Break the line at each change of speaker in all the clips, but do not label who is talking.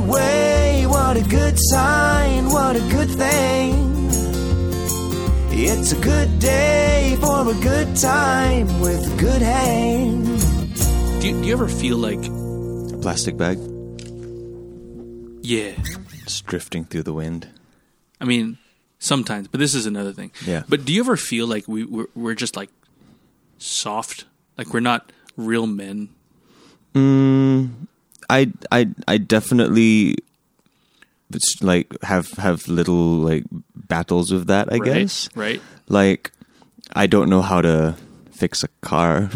way, what a good sign, what a good thing. It's a good day for a good time with a good hang.
Do you, do you ever feel like,
A plastic bag
yeah?
just drifting through the wind.
I mean, sometimes, but this is another thing.
Yeah.
But do you ever feel like we we're, we're just like soft, like we're not real men?
Mm, I I I definitely it's like have have little like battles with that. I
right?
guess
Right.
like I don't know how to fix a car.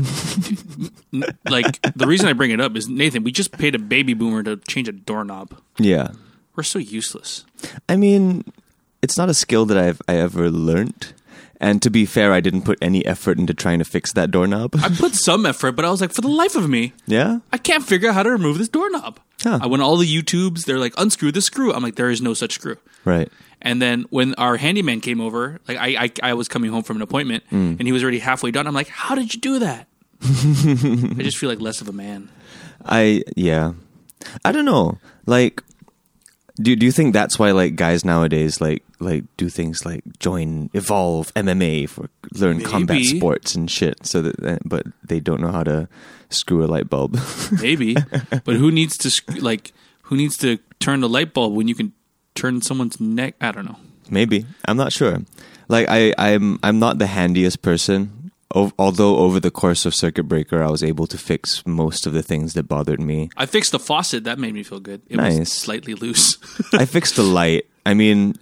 N- like the reason I bring it up is Nathan. We just paid a baby boomer to change a doorknob.
yeah,
We're so useless.
I mean it's not a skill that I've I ever learnt. And to be fair, I didn't put any effort into trying to fix that doorknob.
I put some effort, but I was like, for the life of me,
yeah,
I can't figure out how to remove this doorknob.
Huh.
I went all the YouTubes. They're like, unscrew the screw. I'm like, there is no such screw.
right.
And then when our handyman came over, like I, I, I was coming home from an appointment,
Mm.
and he was already halfway done. I'm like, how did you do that? I just feel like less of a man.
I yeah. I don't know. Like do do you think that's why like guys nowadays like like do things like join evolve MMA for learn combat
Maybe.
sports and shit so that- that but they don't know how to screw a light bulb.
Maybe, but who needs to sc- like who needs to turn the light bulb when you can turn someone's neck? I don't know.
Maybe. I'm not sure. Like I I'm I'm not the handiest person. O- although over the course of circuit breaker I was able to fix most of the things that bothered me.
I fixed the faucet. That made me feel good. It was
Nice.
slightly loose.
I fixed the light. I mean,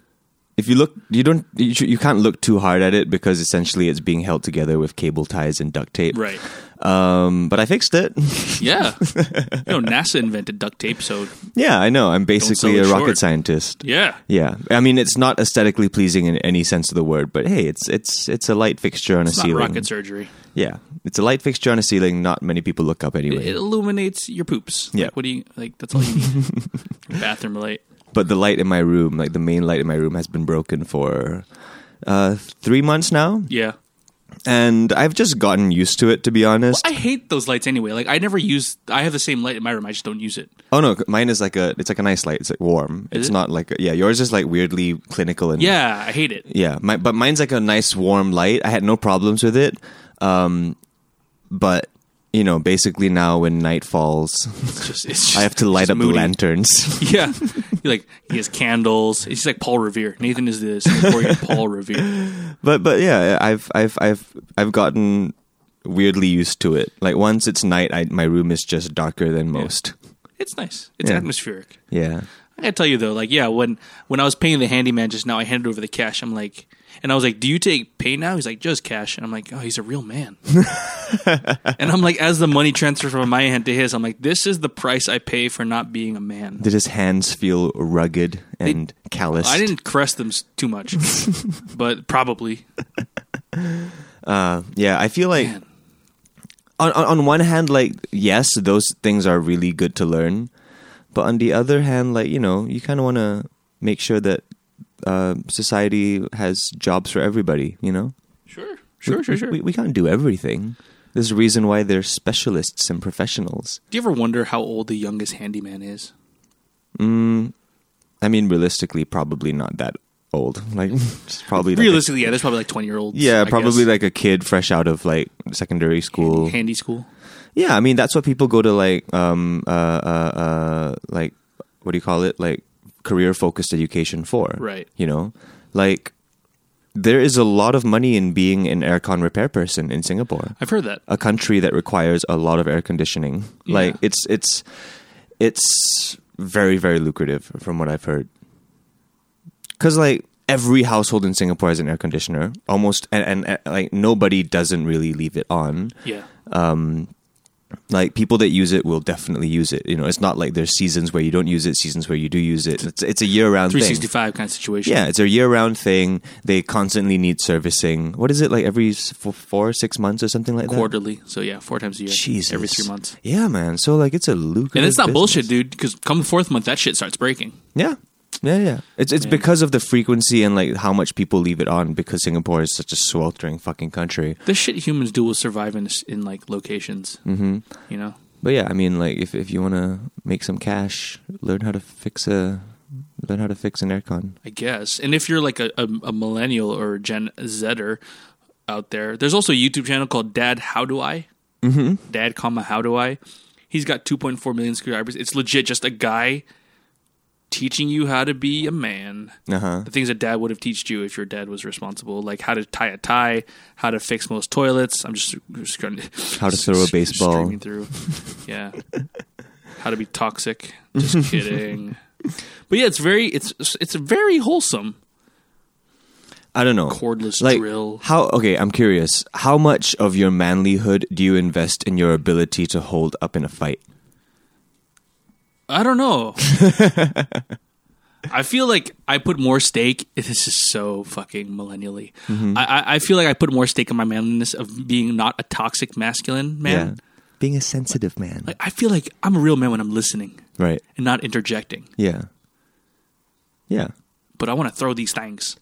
if you look, you don't, you, sh- you can't look too hard at it because essentially it's being held together with cable ties and duct tape.
right.
Um, but I fixed it.
Yeah. you know, NASA invented duct tape, so
yeah, I know. I'm basically
it
a rocket
short.
scientist.
yeah.
Yeah, I mean it's not aesthetically pleasing in any sense of the word, but hey, it's it's it's a light fixture on
It's
a
not
ceiling.
rocket surgery.
yeah, it's a light fixture on a ceiling. Not many people look up anyway.
It illuminates your poops.
Yeah.
Like, what do you like? That's all you need. Bathroom light.
but the light in my room, like the main light in my room, has been broken for uh, three months now,
Yeah.
and I've just gotten used to it. To be honest,
I hate those lights anyway. Like I never use. I have the same light in my room. I just don't use it.
Oh no, mine is like a it's like a nice light. It's like warm.
Is
it's
it?
not like a, yeah, yours is like weirdly clinical and
Yeah, I hate it.
yeah. My, but mine's like a nice warm light. I had no problems with it. Um, but you know, basically now when night falls,
It's just. It's just
I have to light
it's
up
moody.
the lanterns.
Yeah, He, like he has candles. He's like Paul Revere. Nathan is the Singaporean Paul Revere.
but but yeah, I've I've I've I've gotten weirdly used to it. Like once it's night, I, my room is just darker than most.
It's nice. It's
Yeah.
atmospheric.
Yeah.
I gotta tell you though, like yeah, when when I was paying the handyman just now, I handed over the cash. I'm like, and I was like, "Do you take pay now?" He's like, "Just cash." And I'm like, "Oh, he's a real man." and I'm like, as the money transfer from my hand to his, I'm like, "This is the price I pay for not being a man."
Did his hands feel rugged and calloused?
I didn't caress them s- too much, but probably.
Yeah, I feel like
Man.
on, on on one hand, like yes, those things are really good to learn, but on the other hand, like you know, you kind of want to make sure that uh, society has jobs for everybody. You know,
Sure, sure,
We-
sure,
we-
sure.
We, we can't do everything. There's a reason why they're specialists and professionals.
Do you ever wonder how old the youngest handyman is?
I mean, realistically, probably not that old. Like, it's probably like a-
Realistically, yeah, there's probably like 20 year olds.
yeah, probably like a kid fresh out of like secondary school.
handy school.
Yeah, I mean that's what people go to like um uh uh, uh like what do you call it like career focused education for.
Right.
You know, like there is a lot of money in being an aircon repair person in Singapore,
I've heard that.
a country that requires a lot of air conditioning. Like
Yeah.
it's it's it's very very lucrative from what I've heard. Cuz like every household in Singapore has an air conditioner. Almost and, and, and like nobody doesn't really leave it on
Yeah.
um, like people that use it will definitely use it. You know, it's not like there's seasons where you don't use it, seasons where you do use it. It's it's a year round thing.
365 kind of situation.
Yeah, it's a year round thing. They constantly need servicing. What is it like every s- four, four six months or something like
Quarterly. So yeah, four times a year.
that? Jesus,
Every three months.
Yeah, man. So like, it's a lucrative.
And it's not
business.
bullshit, dude, because come the fourth month, that shit starts breaking.
Yeah. Yeah, yeah. It's it's because of the frequency and like how much people leave it on because Singapore is such a sweltering fucking country.
The shit humans do will survive in, in like locations.
hmm
You know?
But yeah, I mean, like if if you want to make some cash, learn how to fix a learn how to fix an aircon.
I guess. And if you're like a, a, a millennial or Gen Zer out there, there's also a YouTube channel called Dad How Do I? Mm-hmm. Dad, comma How Do I? He's got 2.4 million subscribers. It's legit just a guy teaching you how to be a man.
Uh huh.
The things that dad would have taught you if your dad was responsible, like how to tie a tie, how to fix most toilets. I'm just, just going
How to throw a baseball.
streaming through. Yeah, how to be toxic. Just kidding. But yeah, it's very it's it's very wholesome.
I don't know.
Cordless
like,
drill.
How? Okay, I'm curious. How much of your manlyhood do you invest in your ability to hold up in a fight?
I don't know. I feel like I put more stake. This is so fucking millennially.
Mm-hmm.
I, I I feel like I put more stake in my manliness of being not a toxic masculine man.
being a sensitive man.
Like I feel like I'm a real man when I'm listening.
right.
and not interjecting.
Yeah. Yeah.
But I want to throw these things.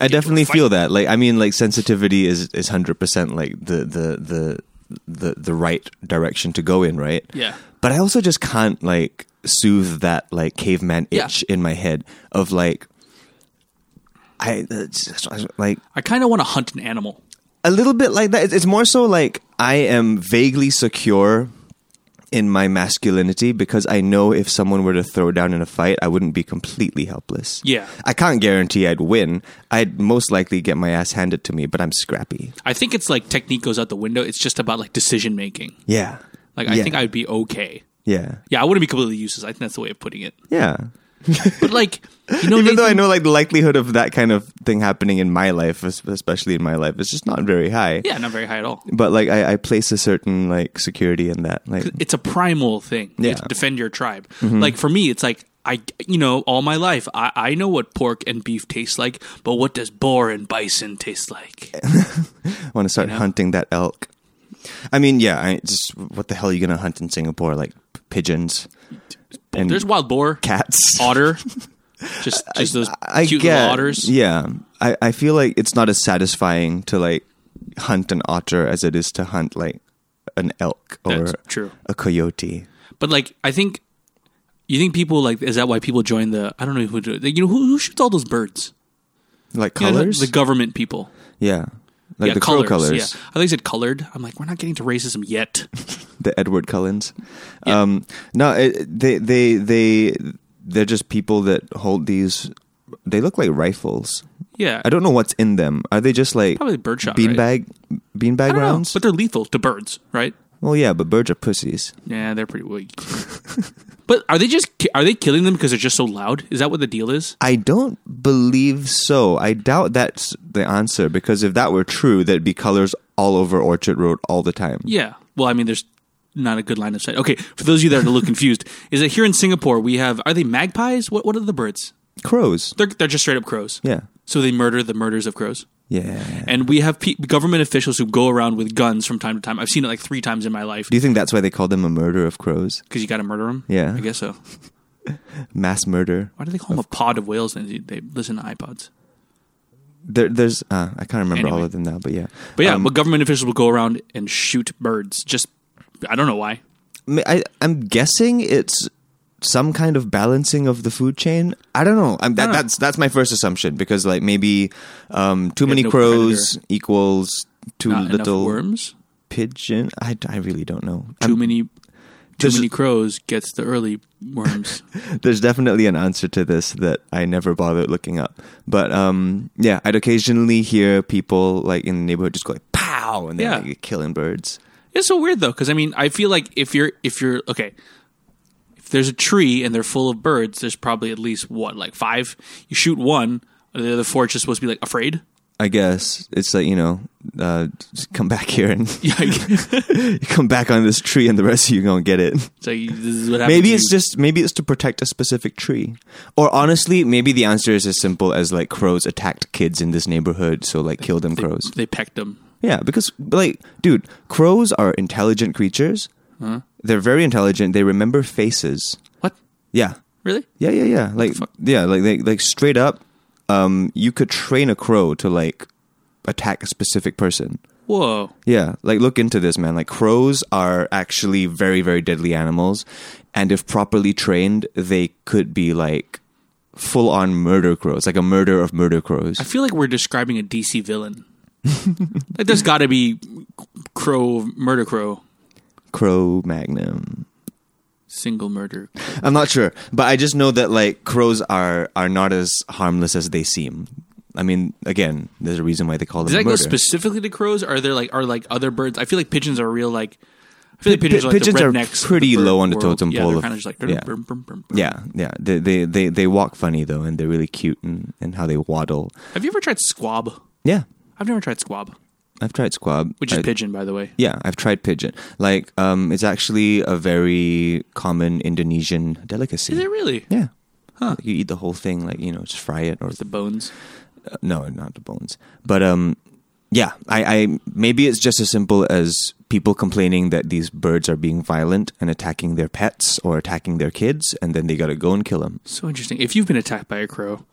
I definitely
fight.
feel that. Like, I mean, like sensitivity is is hundred percent like the the the the the right direction to go in, right?
Yeah.
But I also just can't like soothe that like caveman
Yeah.
itch in my head of like. I that's- like
I kind of want to hunt an animal.
a little bit like that. It's- It's more so like I am vaguely secure in my masculinity because I know if someone were to throw down in a fight, I wouldn't be completely helpless.
Yeah.
I can't guarantee I'd win. I'd most likely get my ass handed to me, but I'm scrappy.
I think it's like technique goes out the window. It's just about like decision making.
Yeah.
Like
yeah.
I think I'd be okay.
Yeah.
Yeah, I wouldn't be completely useless. I think that's the way of putting it.
Yeah.
But like, you know,
Even though I
Nathan-
know like the likelihood of that kind of thing happening in my life, es- especially in my life, is just not very high.
yeah, not very high at all.
But like I, I place a certain like security in that. Like
It's a primal thing. You have
Yeah. Mm-hmm.
to defend your tribe. Like for me, it's like I, you know, all my life I, I know what pork and beef tastes like, but what does boar and bison taste like?
want to start hunting that elk. I mean, yeah, I just what the hell are you gonna hunt in Singapore? Like p- pigeons and
There's wild boar,
cats.
otter, just just those
I
cute
get,
little otters.
Yeah, I, I feel like it's not as satisfying to like hunt an otter as it is to hunt like an elk or
That's true.
a coyote.
But like, I think you think people like is that why people join the I don't know who do like, you know who, who shoots all those birds?
Like
You know, the-
colors,
the, government people.
yeah, like
yeah,
the
colors.
crow colors,
Yeah, I think I said colored. I'm like, we're not getting to racism yet.
the Edward Cullens. Um, no, it, they they they they're just people that hold these. They look like rifles.
Yeah,
I don't know what's in them. Are they just like
Probably birdshot,
beanbag beanbag
I don't know,
rounds?
but they're lethal to birds, right?
well, yeah, but birds are pussies.
Yeah, they're pretty weak. but are they just ki- are they killing them because they're just so loud? Is that what the deal is?
I don't believe so. I doubt that's the answer because if that were true, there'd be colors all over Orchard Road all the time.
Yeah. Well, I mean, there's not a good line of sight. Okay, for those of you that are a little confused, is that here in Singapore we have are they magpies? What what are the birds?
Crows.
They're they're just straight up crows.
Yeah.
So they murder the murders of crows.
Yeah.
And we have pe- government officials who go around with guns from time to time. I've seen it like three times in my life
Do you think that's why they call them a murder of crows?
because you got to murder them.
Yeah.
I guess so.
Mass murder.
Why do they call them a pod of whales? And they- they listen to iPods.
There, there's, uh, I can't remember all
Anyway.
of them now, but yeah.
But yeah,
Um,
but government officials will go around and shoot birds. Just I don't know why.
Ma- I, I'm guessing it's some kind of balancing of the food chain. I don't know. I'm, that,
Ah.
That's that's my first assumption because like maybe um, too many
no
crows equals too
Not enough
little
worms.
pigeon. I, I really don't know.
Too
I'm-
many Too
This-
many crows gets the early worms.
There's definitely an answer to this that I never bothered looking up. But um, yeah, I'd occasionally hear people like in the neighborhood just go like pow and they're
Yeah.
like killing birds.
it's so weird though, because I mean, I feel like if you're if you're okay, if there's a tree and they're full of birds, there's probably at least what like five. You shoot one, the other four are just supposed to be like afraid.
I guess it's like you know, uh, just come back here and
Yeah, it's
come back on this tree, and the rest of you gonna get it.
like this is what happens.
Maybe
to
it's
you.
just maybe it's to protect a specific tree, or honestly, maybe the answer is as simple as like crows attacked kids in this neighborhood, so like kill them crows.
they pecked them.
Yeah, because like, dude, crows are intelligent creatures. They're very intelligent. They remember faces.
What
Yeah,
really?
yeah, yeah, yeah. Like,
fuck?
yeah, like, like, like straight up, um, you could train a crow to like attack a specific person.
Whoa!
Yeah, like look into this, man. Like crows are actually very, very deadly animals, and if properly trained, they could be like full on murder crows, like a murder of murder crows.
I feel like we're describing a DC villain. like there's got to be crow murder crow
Crow Magnum.
single murder.
I'm not sure, but I just know that like crows are are not as harmless as they seem. I mean, again, there's a reason why they call them
Does that go
murder.
specifically to crows? Are there like are like other birds? I feel like pigeons are real like. I feel like pigeons,
pi-
are, like
pigeons
the
are
rednecks of the
pretty
bird
low on the
world.
totem
yeah,
pole
They're
of-
kind of just like
yeah.
brum, brum, brum, brum.
yeah, yeah. They, they they they walk funny though, and they're really cute and and how they waddle.
Have you ever tried squab?
Yeah,
I've never tried squab,
I've tried squab,
which is
I-
pigeon, by the way.
Yeah, I've tried pigeon. Like, um, it's actually a very common Indonesian delicacy.
Is it really?
Yeah. Like, you eat the whole thing, like you know, just fry it or
The bones.
uh, no, not the bones. But um, yeah, I, I maybe it's just as simple as people complaining that these birds are being violent and attacking their pets or attacking their kids, and then they gotta go and kill them,
So interesting. If you've been attacked by a crow,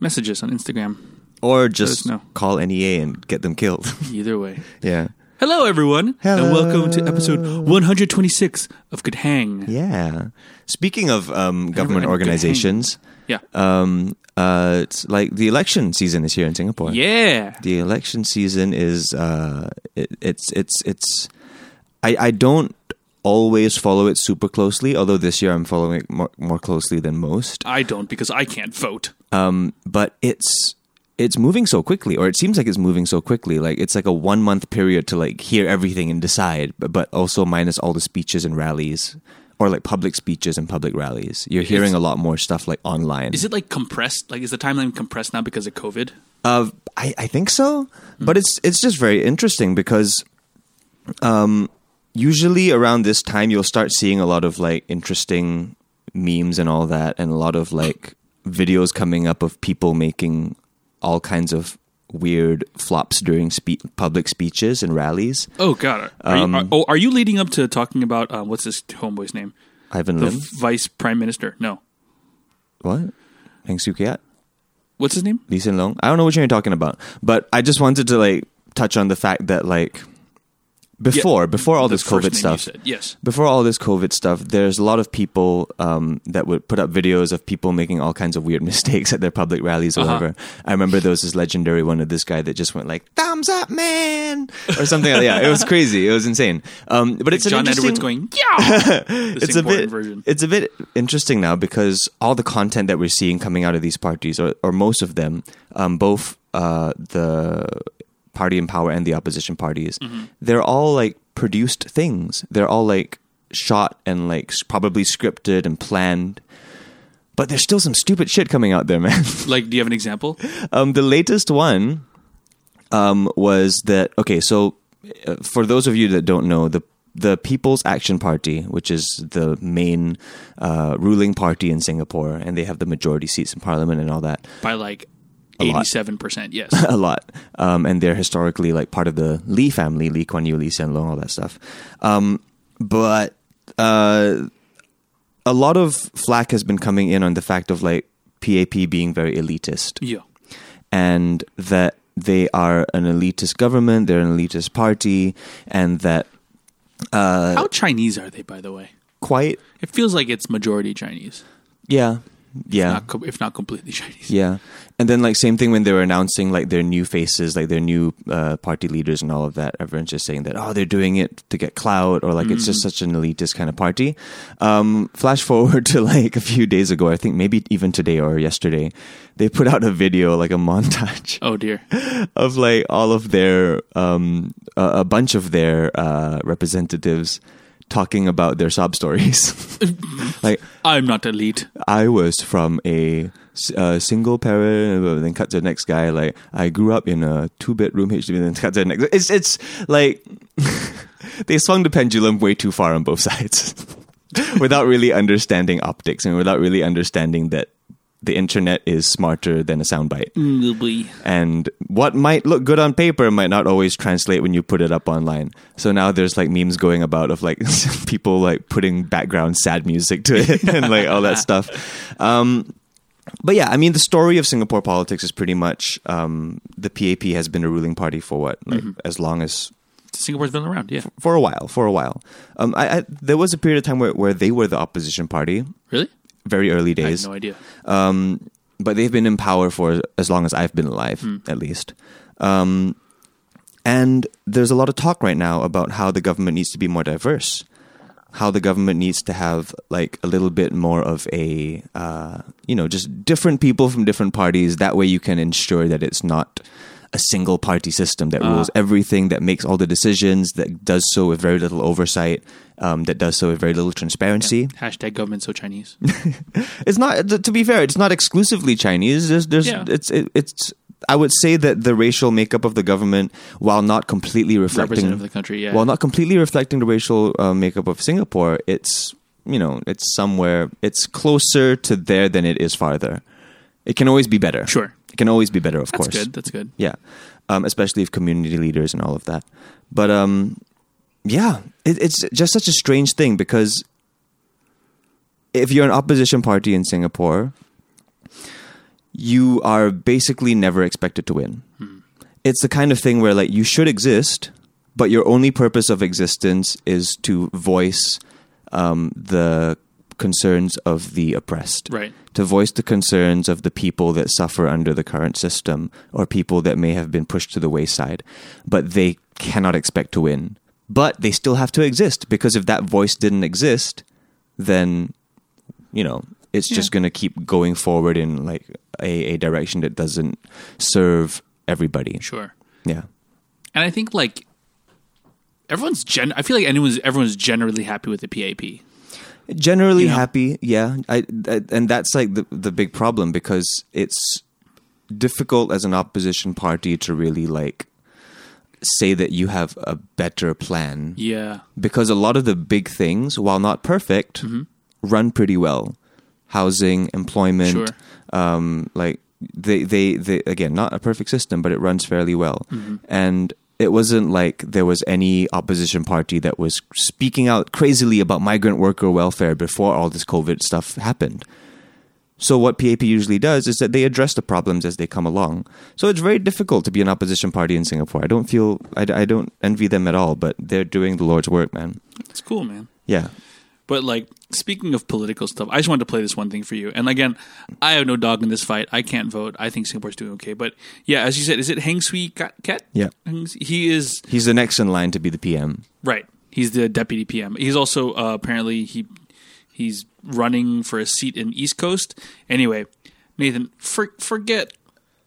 message us on Instagram.
or just
no.
call NEA and get them killed.
Either way.
yeah.
Hello, everyone, and welcome to episode 126 of Good Hang.
Yeah. Speaking of um, government
I- I-
organizations.
Yeah.
um, uh, it's like the election season is here in Singapore.
Yeah.
The election season is uh, it, it's it's it's. I I don't always follow it super closely, although this year I'm following it more more closely than most.
I don't because I can't vote.
Um, but it's it's moving so quickly, or it seems like it's moving so quickly. Like it's like a one month period to like hear everything and decide, but, but also minus all the speeches and rallies. Or like public speeches and public rallies. You're hearing a lot more stuff like online.
Is it like compressed? Like, is the timeline compressed now because of COVID?
Uh, I, I think so,
Hmm.
but it's it's just very interesting because, um, usually around this time you'll start seeing a lot of like interesting memes and all that, and a lot of like videos coming up of people making all kinds of weird flops during spe- public speeches and rallies.
Oh God! Are, you,
Um,
are, oh, are you leading up to talking about uh, what's this homeboy's name?
Ivan
The
Lim,
vice prime minister? No,
what? Heng Soo Kiat,
what's his name?
Lee Hsien Loong. I don't know which one you're talking about, but I just wanted to like touch on the fact that like before before all
The
this
first name
COVID
you
stuff.
said. Yes,
before all this COVID stuff, there's a lot of people um, that would put up videos of people making all kinds of weird mistakes at their public rallies or
Uh-huh.
whatever. I remember there was this legendary one of this guy that just went like "thumbs up, man" or something. like Yeah, it was crazy. It was insane. Um, but it's an
John
interesting-
Edwards going. Yeah, This
it's a
important
bit
version.
it's a bit interesting now because all the content that we're seeing coming out of these parties or, or most of them um, both uh, the party in power and the opposition parties they're all like produced things they're all like shot and like s- probably scripted and planned but there's still some stupid shit coming out there man
Like, do you have an example?
um, the latest one um, was that okay. So, uh, for those of you that don't know, the the People's Action Party, which is the main uh, ruling party in Singapore, and they have the majority seats in parliament and all that
By like
lot.
eighty-seven percent. Yes.
a lot. Um, and they're historically like part of the Lee family, Lee Kuan Yew, Lee Hsien Loong, all that stuff. Um, but uh, a lot of flack has been coming in on the fact of like PAP being very elitist
yeah.
and that they are an elitist government, they're an elitist party, and that Uh,
How Chinese are they, by the way?
quite
It feels like it's majority Chinese.
yeah. yeah.
not co- if not completely Chinese.
Yeah, and then like same thing when they were announcing like their new faces, like their new uh, party leaders and all of that. Everyone's just saying that oh, they're doing it to get clout, or like it's just
Mm-hmm.
Mm-hmm.
such an elitist kind of party. Um, flash forward to like a few days ago, I think maybe even today or yesterday, they put out a video like a montage
Oh dear.
of like all of their um, a, a bunch of their uh, representatives talking about their sob stories, like
I'm not elite.
I was from a, s- uh single parent, and then cut to the next guy. Like I grew up in a two bedroom HDB, and then cut to the next. It's it's like they swung the pendulum way too far on both sides, without really understanding optics and without really understanding that the internet is smarter than a soundbite,
Mm,
and what might look good on paper might not always translate when you put it up online. So now there's like memes going about of like people like putting background sad music to it and like all that stuff. Um, but yeah, I mean, the story of Singapore politics is pretty much um, the PAP has been a ruling party for what, like, as long as
Singapore's been around, yeah.
for a while, for a while. Um, I, I, there was a period of time where, where they were the opposition party,
Really?
very early
I
days
had no idea.
um, but they've been in power for as long as I've been alive,
Hmm.
at least. Um, and there's a lot of talk right now about how the government needs to be more diverse, how the government needs to have like a little bit more of a, uh, you know, just different people from different parties. That way, you can ensure that it's not a single party system
Ah.
that rules everything, that makes all the decisions, that does so with very little oversight, um, that does so with very little transparency
Hashtag government so Chinese.
it's not th- to be fair it's not exclusively chinese there's, there's
Yeah.
it's it, it's i would say that the racial makeup of the government while not completely reflecting
Representative of the country, yeah.
while not completely reflecting the racial uh, makeup of singapore it's you know it's somewhere it's closer to there than it is farther it can always be better
Sure.
it can always be better of
That's
course
good. That's good.
yeah, um, especially if community leaders and all of that. But um, yeah, it, it's just such a strange thing because if you're an opposition party in Singapore, you are basically never expected to win. It's the kind of thing where like you should exist, but your only purpose of existence is to voice um, the concerns of the oppressed
Right.
to voice the concerns of the people that suffer under the current system or people that may have been pushed to the wayside, but they cannot expect to win. But they still have to exist because if that voice didn't exist, then, you know, it's just going to keep going forward in like a, a direction that doesn't serve everybody.
Sure.
Yeah.
And I think like everyone's gen I feel like anyone's everyone's generally happy with the PAP.
generally
You know?
happy yeah I, I and that's like the the big problem because it's difficult as an opposition party to really like say that you have a better plan
Yeah.
because a lot of the big things while not perfect run pretty well housing employment
Sure.
um like they, they they again not a perfect system but it runs fairly well and it wasn't like there was any opposition party that was speaking out crazily about migrant worker welfare before all this covid stuff happened so what PAP usually does is that they address the problems as they come along. So it's very difficult to be an opposition party in Singapore. I don't feel I, I don't envy them at all, but they're doing the Lord's work, man.
It's cool, man.
Yeah.
But like speaking of political stuff, I just wanted to play this one thing for you. And again, I have no dog in this fight. I can't vote. I think Singapore's doing okay. But yeah, as you said, is it Heng Sui Kat? Kat?
Yeah.
Heng Swee- He is
He's the next in line to be the PM.
right. He's the deputy PM. He's also uh, apparently he he's running for a seat in East Coast. Anyway, Nathan, for, forget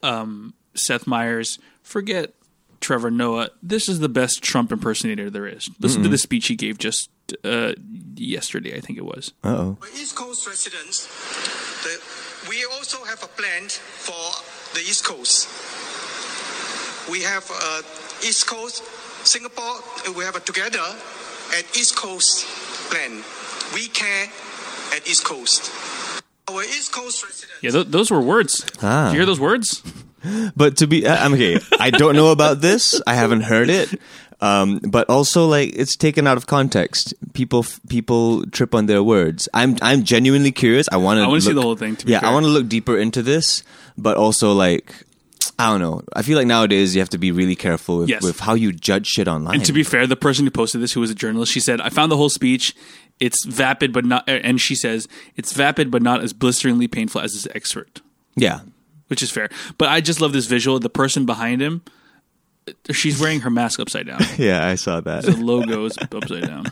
um, Seth Meyers. Forget Trevor Noah. This is the best Trump impersonator there is. Listen to the speech he gave just uh, yesterday. I think it was.
Uh oh.
For East Coast residents, the, we also have a plan for the East Coast. We have uh, East Coast, Singapore, uh, we have a together at East Coast plan. We care at East Coast. Our East Coast residents.
Yeah, th- those were words.
Ah.
Did you hear those words?
But to be, I- I'm okay. I don't know about this. I haven't heard it. Um, but also, like, it's taken out of context. People, f- people trip on their words. I'm, I'm genuinely curious. I want to.
I wanna see the whole thing, to be
yeah,
fair.
I want to look deeper into this. But also, like, I don't know. I feel like nowadays you have to be really careful with,
Yes.
with how you judge shit online.
And to be fair, the person who posted this, who was a journalist, she said, "I found the whole speech. It's vapid, but not. And she says it's vapid, but not as blisteringly painful as his excerpt,
Yeah.
which is fair. But I just love this visual. The person behind him, she's wearing her mask upside down.
Yeah, I saw that.
the logo is upside down.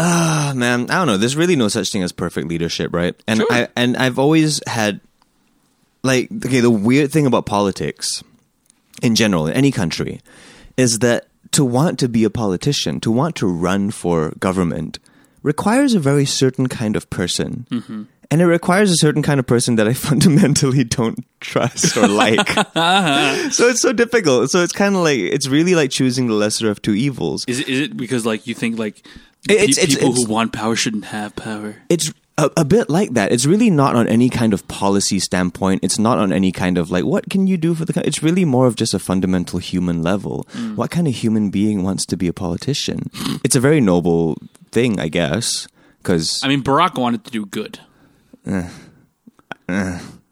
Ah, man, I don't know. There's really no such thing as perfect leadership, right? And
Sure.
I and I've always had like okay, the weird thing about politics in general in any country is that to want to be a politician, to want to run for government requires a very certain kind of person. And it requires a certain kind of person that I fundamentally don't trust or like. so it's so difficult. So it's kind of like, it's really like choosing the lesser of two evils.
Is it, is it because like you think like
It- it's-
pe-
it's-
people
it's-
who want power shouldn't have power?
it's a, a bit like that. It's really not on any kind of policy standpoint. It's not on any kind of like what can you do for the. co- It's really more of just a fundamental human level.
Mm.
What kind of human being wants to be a politician? it's a very noble thing, I guess, because
I mean, Barack wanted to do good.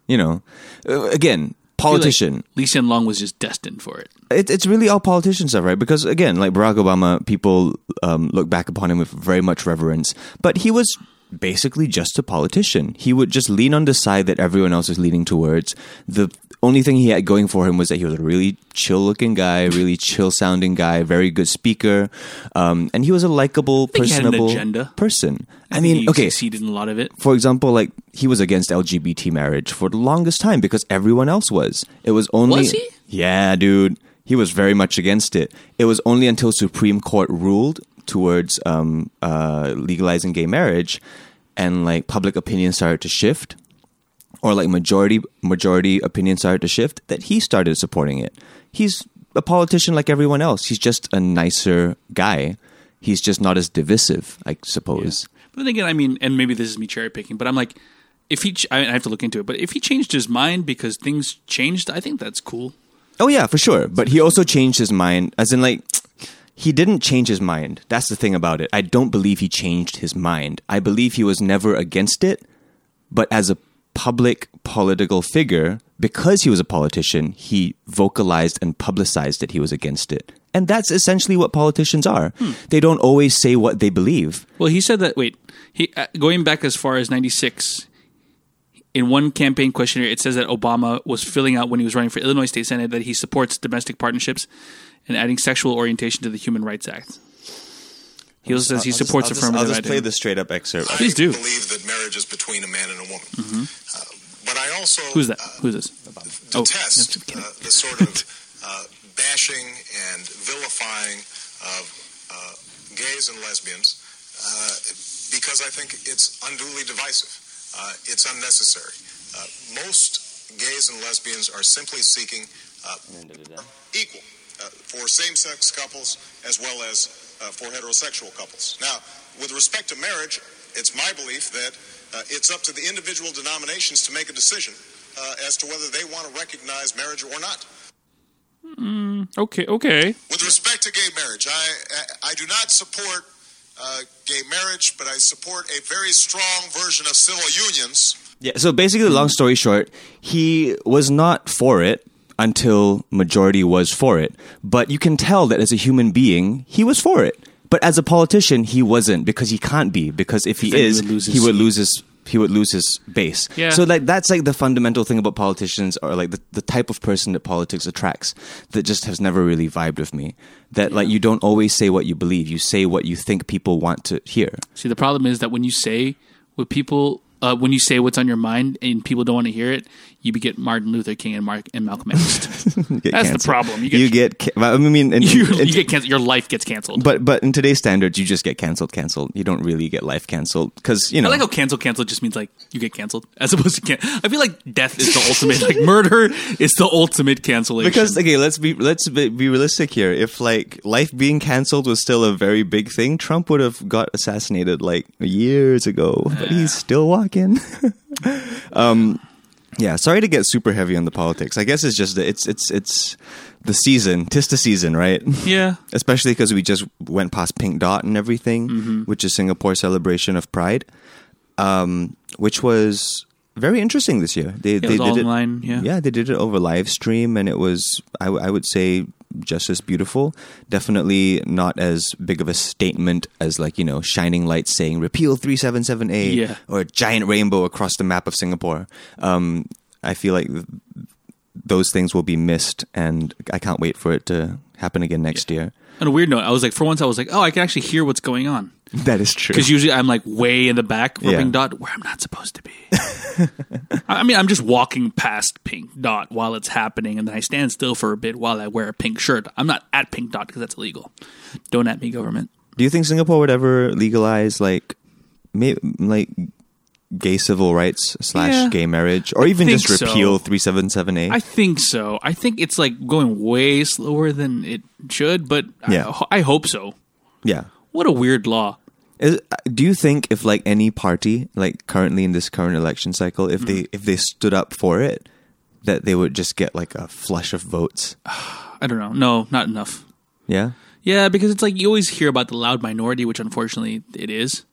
you know, uh, again,
I feel like
politician.
Lee Hsien Long was just destined for it.
it, it's really all politician stuff, right? Because again, like Barack Obama, people um, look back upon him with very much reverence, but he was basically just a politician. He would just lean on the side that everyone else was leaning towards. The only thing he had going for him was that he was a really chill-looking guy, really chill-sounding guy, very good speaker, um, and he was a likable,
think he had an
personable
agenda.
person. I,
he
mean, okay,
succeeded in a lot of it.
for example, like he was against LGBT marriage for the longest time because everyone else was. It was only
Was he?
Yeah, dude. He was very much against it. It was only until Supreme Court ruled towards um, uh, legalizing gay marriage, and like public opinion started to shift, or like majority majority opinion started to shift, that he started supporting it. He's a politician like everyone else. He's just a nicer guy. He's just not as divisive, I suppose.
But then again, I mean, and maybe this is me cherry picking, but I'm like, if he, ch- I, mean, I have to look into it. But if he changed his mind because things changed, I think that's cool.
Oh yeah, for sure. But he also changed his mind, as in like he didn't change his mind. That's the thing about it. I don't believe he changed his mind. I believe he was never against it, but as a public political figure, because he was a politician, he vocalized and publicized that he was against it. And that's essentially what politicians are. They don't always say what they believe.
Well, he said that. Wait, he uh, going back as far as '96. In one campaign questionnaire, it says that Obama was filling out when he was running for Illinois State Senate that he supports domestic partnerships and adding sexual orientation to the Human Rights Act. He also says he supports affirmative identity.
straight up excerpt.
Please do. Mm-hmm.
I believe that marriage is between a man and a woman. Uh, but I also
Who's that?
uh,
Who's this? Oh,
detest
that's
uh,
kidding.
the sort of uh, bashing and vilifying of uh, gays and lesbians uh, because I think it's unduly divisive. Uh, it's unnecessary. Uh, most gays and lesbians are simply seeking uh, equal uh, for same-sex couples as well as uh, for heterosexual couples. Now, with respect to marriage, it's my belief that uh, it's up to the individual denominations to make a decision uh, as to whether they want to recognize marriage or not.
Okay, okay.
With respect to gay marriage, I I, I do not support uh, gay marriage, but I support a very strong version of civil unions.
Yeah. So basically,
Mm-hmm.
long story short, he was not for it until majority was for it. But you can tell that as a human being, he was for it. But as a politician, he wasn't because he can't be because if he
Then he
is,
would lose his
he would lose his he would lose his base.
Yeah.
So like that's like the fundamental thing about politicians or like the, the type of person that politics attracts that just has never really vibed with me. That like you don't always say what you believe, you say what you think people want to hear.
See, the problem is that when you say what people, uh, when you say what's on your mind and people don't want to hear it, you get Martin Luther King and Mark and Malcolm X. That's
Get
the
canceled.
problem. You
You
get-
get, ca- I mean, in,
you,
in-
you get canceled. Your life gets canceled.
But but in today's standards, you just get canceled, canceled. You don't really get life canceled because you know.
I like how cancel cancel just means like you get canceled as opposed to can. I feel like death is the ultimate. Like murder is the ultimate cancellation.
because okay, let's be let's be, be realistic here. If like life being canceled was still a very big thing, Trump would have got assassinated like years ago, but he's still walking. um, yeah, sorry to get super heavy on the politics. I guess it's just that it's it's it's the season. Tis the season, right?
yeah,
especially because we just went past Pink Dot and everything,
Mm-hmm.
which is Singapore's celebration of Pride, um, which was very interesting this year. They, they
was
did
all
it
online, yeah.
they did it over live stream, and it was I, w- I would say just as beautiful. Definitely not as big of a statement as like you know shining lights saying repeal three seven seven A
Yeah.
or a giant rainbow across the map of Singapore. Um, I feel like th- those things will be missed, and I can't wait for it to happen again next year.
On a weird note, I was like, for once, I was like, oh, I can actually hear what's going on.
That is true.
Because usually I'm like way in the back, ripping
Yeah.
dot where I'm not supposed to be. I I mean, I'm just walking past pink dot while it's happening, and then I stand still for a bit while I wear a pink shirt. I'm not at pink dot because that's illegal. Don't at me, government.
Do you think Singapore would ever legalize like, may, like gay civil rights slash
Yeah.
gay marriage, or even
think
just
so.
repeal three seven seven A?
I think so. I think it's like going way slower than it should, but
Yeah.
I, I hope so.
Yeah.
What a weird law.
Is, do you think if like any party like currently in this current election cycle, if
Mm.
they if they stood up for it, that they would just get like a flush of votes?
I don't know. No, not enough.
Yeah.
Yeah, because it's like you always hear about the loud minority, which unfortunately it is.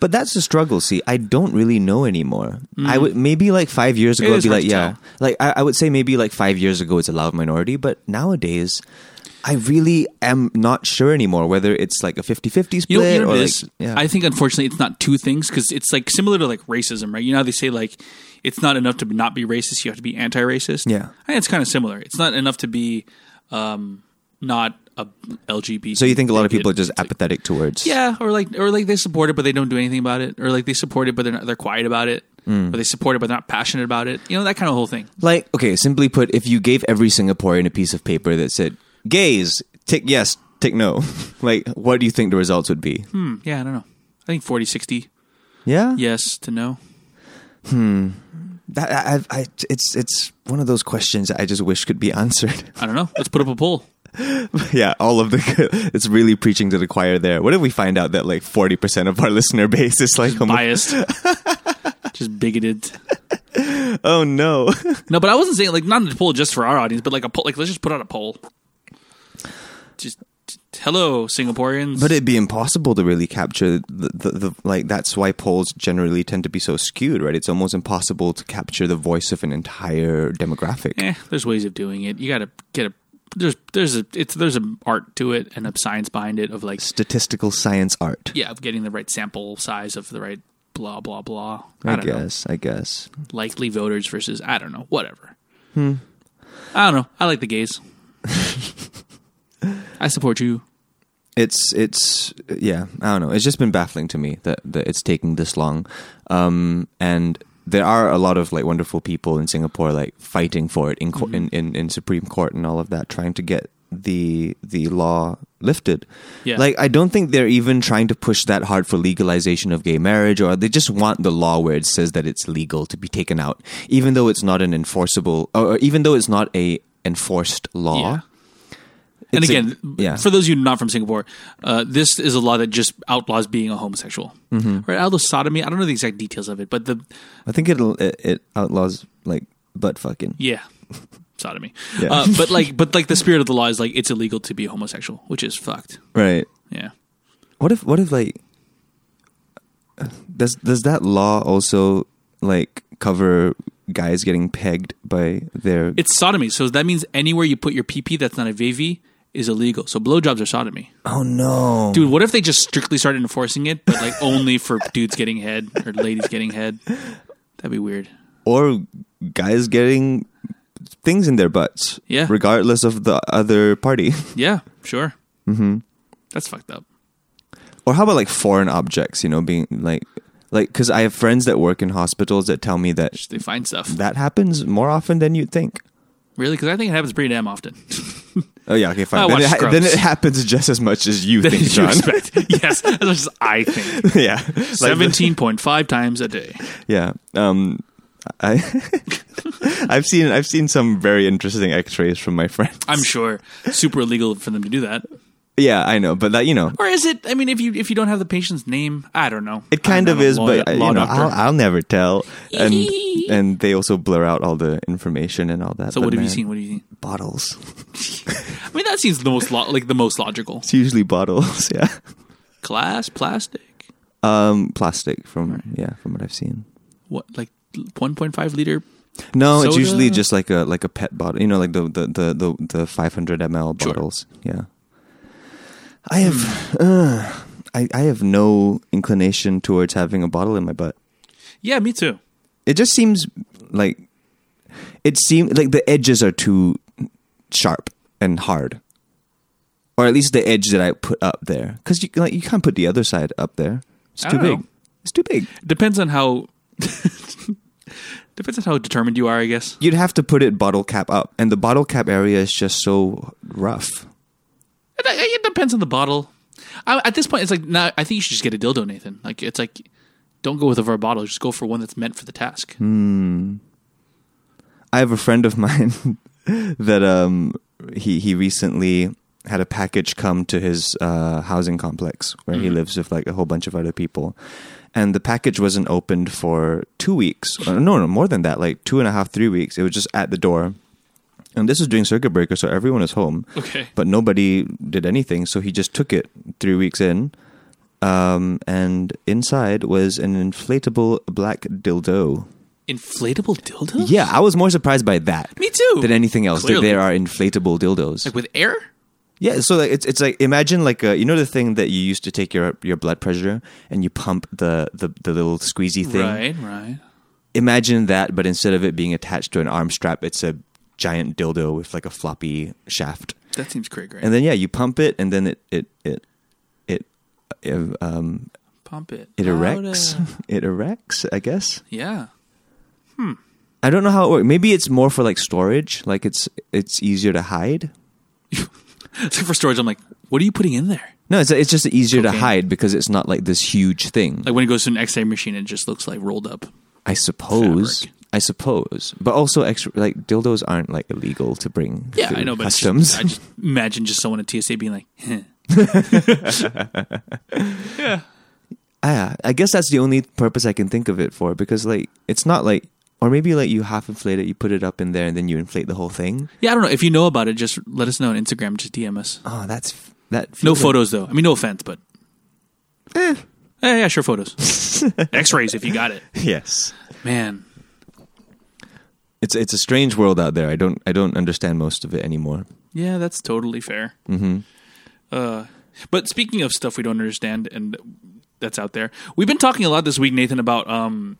But that's the struggle. See, I don't really know anymore. I would maybe like five years ago,
Mm. It
I'd
is
be
hard
like,
to
yeah,
tell.
like I, I would say maybe like five years ago, it's a loud minority. But nowadays, I really am not sure anymore whether it's like a 50-50 split
You know, you know
or
this.
like yeah.
I think unfortunately it's not two things because it's like similar to like racism, right? You know how they say like it's not enough to not be racist; you have to be anti-racist.
Yeah.
I think it's kind of similar. It's not enough to be um, not a LGBT.
so you think a lot of people are just apathetic towards?
yeah, or like or like they support it but they don't do anything about it, or like they support it but they're not, they're quiet about it,
Mm.
or they support it but they're not passionate about it. You know that kind of whole thing.
Like okay, simply put, if you gave every Singaporean a piece of paper that said "gays," tick yes, tick no, like what do you think the results would be?
Hmm, yeah, I don't know. I think 40, 60
Yeah,
yes to no.
That I, I, it's it's one of those questions that I just wish could be answered.
I don't know. Let's put up a poll.
yeah, all of the it's really preaching to the choir there. What if we find out that like forty percent of our listener base is like, homo-
Biased, just bigoted.
oh no,
No, but I wasn't saying like not a poll just for our audience, but like a poll. Like let's just put out a poll. Just, just- hello, Singaporeans.
but it'd be impossible to really capture the, the, the like. That's why polls generally tend to be so skewed, right? It's almost impossible to capture the voice of an entire demographic.
eh, there's ways of doing it. You gotta get a there's there's a it's there's an art to it and a science behind it of like
Statistical science art.
yeah of getting the right sample size of the right blah blah blah. I,
I,
don't
guess. I guess.
know likely voters versus I don't know whatever. Hmm. I don't know. I like the gays. I support you.
it's it's yeah i don't know it's just been baffling to me that, that it's taking this long um and there are a lot of like wonderful people in singapore like fighting for it in co-
Mm-hmm.
in, in in supreme court and all of that trying to get the the law lifted
Yeah.
like i don't think they're even trying to push that hard for legalization of gay marriage or they just want the law where it says that it's legal to be taken out even though it's not an enforceable or, or even though it's not a enforced law
Yeah. and
It's a-
again,
yeah.
for those of you not from Singapore, uh, this is a law that just outlaws being a homosexual.
Mm-hmm.
Right? Outlaws sodomy. I don't know the exact details of it, but the
I think it'll, it it outlaws like butt fucking.
yeah, sodomy.
Yeah.
Uh, but like, but like the spirit of the law is like it's illegal to be homosexual, which is fucked.
Right.
Yeah.
What if what if like does does that law also like cover guys getting pegged by their
It's sodomy, so that means anywhere you put your PP that's not a VV is illegal. So blowjobs are sodomy.
Oh no.
Dude, what if they just strictly started enforcing it, but like only for dudes getting head or ladies getting head? That'd be weird.
Or guys getting things in their butts.
Yeah.
Regardless of the other party.
Yeah, sure. Mm-hmm. That's fucked up.
or how about like foreign objects, you know, being like like cuz I have friends that work in hospitals that tell me that
They find stuff.
that happens more often than you'd think.
Really? Because I think it happens pretty damn often.
Oh yeah, okay,
I
fine. Then
watch
it, ha-
Scrubs.
then it happens just as much as you
That
think,
is you
John.
expect. yes, that's just I think.
yeah, Like the-
Seventeen point five times a day.
yeah, um, I I've seen I've seen some very interesting X-rays from my friends.
I'm sure super illegal for them to do that.
yeah, I know, but that you know,
Or is it? I mean, if you if you don't have the patient's name, I don't know.
it kind
I'm
of
not a
is,
lawyer-
but I-
law
you know,
doctor.
I'll, I'll never tell. And and they also blur out all the information and all that.
so
but
what have you
man,
seen? What have you seen?
Bottles.
I mean, that seems the most lo- like the most logical.
It's usually bottles. Yeah,
Glass, plastic,
um, plastic from yeah from what I've seen.
what like one point five liter
No, it's
Soda?
usually just like a like a pet bottle. You know, like the the the the, the 500 ml
Sure.
bottles. Yeah. I have uh, I I have no inclination towards having a bottle in my butt.
Yeah, me too.
It just seems like it seems like the edges are too sharp and hard. Or at least the edge that I put up there, because you like you can't put the other side up there. It's
I
too
don't
big.
know.
It's too big.
Depends on how. depends on how determined you are, I guess.
You'd have to put it bottle cap up, and the bottle cap area is just so rough.
It, it depends on the bottle. I, at this point, it's like nah, I think you should just get a dildo, Nathan. Like it's like, don't go with a bottle. Just go for one that's meant for the task.
Hmm. I have a friend of mine that um he he recently had a package come to his uh, housing complex where he lives with like a whole bunch of other people, and the package wasn't opened for two weeks. Uh, No, no, more than that, like two and a half, three weeks. It was just at the door, and this was during circuit breaker, so everyone was home.
Okay.
but nobody did anything, so he just took it three weeks in. Um, and inside was an inflatable black dildo.
Inflatable dildo.
Yeah, I was more surprised by that.
Me too.
Than anything else. That
Clearly.
there are inflatable dildos.
Like with air.
yeah, so like it's it's like imagine like a, you know the thing that you used to take your your blood pressure and you pump the the, the little squeezy thing.
Right. Right.
Imagine that, but instead of it being attached to an arm strap, it's a giant dildo with like a floppy shaft.
That seems great. Right.
And then yeah, you pump it, and then it it it it, uh, um
Pump it.
it
out
erects.
of-
It erects, I guess.
Yeah.
I don't know how it works. Maybe it's more for like storage. Like it's it's easier to hide.
It's like for storage. I'm like, what are you putting in there?
No, it's it's just easier to
Cocaine.
hide because it's not like this huge thing.
Like when it goes to an X-ray machine, it just looks like rolled up.
I suppose.
fabric.
I suppose, but also extra like dildos aren't like illegal to bring.
Yeah,
through
I know, but it's just-
customs.
I just imagine just someone at TSA being like, huh.
Ah, I guess that's the only purpose I can think of it for because like it's not like or maybe like you half inflate it, you put it up in there, and then you inflate the whole thing.
yeah, I don't know. If you know about it, just let us know on Instagram. Just DM us.
Oh, that's that.
No
feels like-
photos though. I mean, no offense, but eh, yeah, sure, photos, X-rays if you got it.
Yes,
Man,
it's it's a strange world out there. I don't I don't understand most of it anymore.
yeah, that's totally fair. Mm-hmm. Uh, but speaking of stuff we don't understand and that's out there, we've been talking a lot this week, Nathan, about um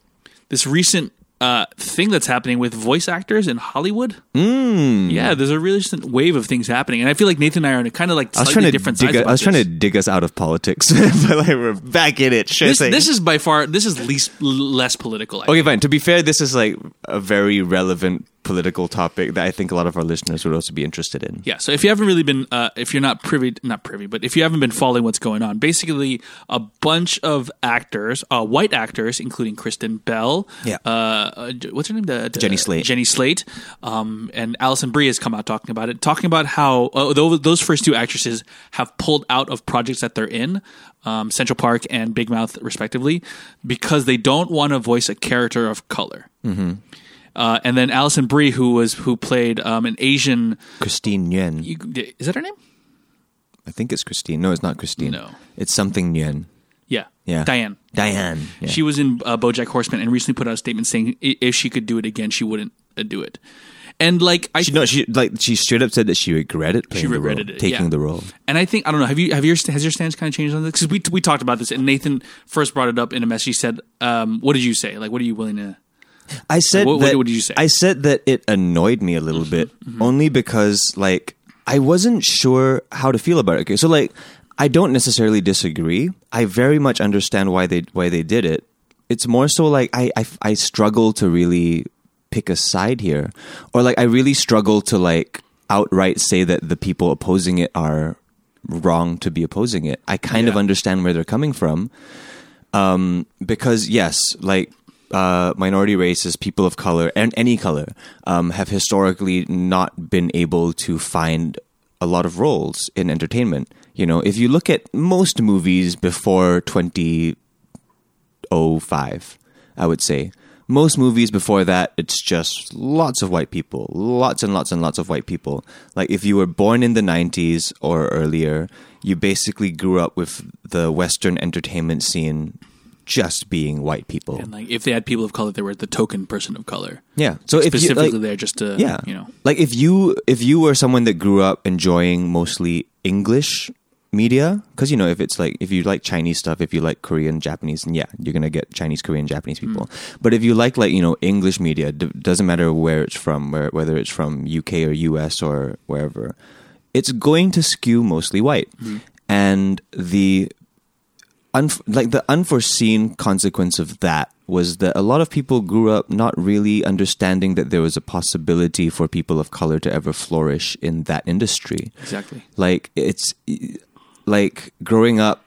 this recent uh thing that's happening with voice actors in Hollywood.
Mm.
Yeah, there's a really recent wave of things happening, and I feel like Nathan and I are in kind of like
I was
slightly
trying to
different
dig.
sides
I was
about
trying
this.
to dig us out of politics, but like we're back in it. Sure
This,
thing.
this is by far this is least less political. I
okay, fine. To be fair, this is like a very relevant political topic that I think a lot of our listeners would also be interested in.
Yeah, so if you haven't really been, uh, if you're not privy, not privy, but if you haven't been following what's going on, basically a bunch of actors, uh, white actors, including Kristen Bell,
Yeah.
uh, uh, what's her name, the, the-
Jenny Slate.
Jenny Slate, um, and Alison Brie has come out talking about it, talking about how uh, tho- those first two actresses have pulled out of projects that they're in, um, Central Park and Big Mouth, respectively, because they don't want to voice a character of color.
Mm-hmm.
Uh, and then Alison Brie, who was who played um, an Asian
Christine Nguyen.
you, is that her name?
I think it's Christine. No, it's not Christine.
No.
it's something Nguyen.
Yeah.
Yeah,
Diane.
Diane. Yeah.
She was in uh, BoJack Horseman and recently put out a statement saying i- if she could do it again, she wouldn't uh, do it. And like I,
She- no, she like she straight up said that she regretted playing
She
the
regretted
role,
it,
taking
yeah.
the role.
and I think I don't know. Have you have your st- has your stance kind of changed on this? Because we we talked about this and Nathan first brought it up in a message. He said, um, "What did you say? Like, what are you willing to?"
I said
What- what-
that,
what did you say? Mm-hmm,
I said that it annoyed me a little bit, only because like I wasn't sure how to feel about it. Okay, so like I don't necessarily disagree. I very much understand why they why they did it. It's more so like I I, I struggle to really pick a side here, or like I really struggle to like outright say that the people opposing it are wrong to be opposing it. I kind of understand where they're coming from because yes, like uh, minority races, people of color, and any color um, have historically not been able to find a lot of roles in entertainment. You know, if you look at most movies before 2005, I would say. Most movies before that, it's just lots of white people, lots and lots and lots of white people. Like if you were born in the 90s or earlier, you basically grew up with the Western entertainment scene just being white people.
And like, if they had people of color, they were the token person of color.
Yeah. So if you,
specifically
like-
there just to,
yeah
you know,
like if you if you were someone that grew up enjoying mostly english media because you know if it's like if you like chinese stuff if you like korean japanese and yeah you're gonna get chinese korean japanese
Hmm.
people but if you like like you know english media d- doesn't matter where it's from where, whether it's from uk or us or wherever it's going to skew mostly white
Hmm.
and the unf- like the unforeseen consequence of that was that a lot of people grew up not really understanding that there was a possibility for people of color to ever flourish in that industry.
exactly.
Like it's like growing up,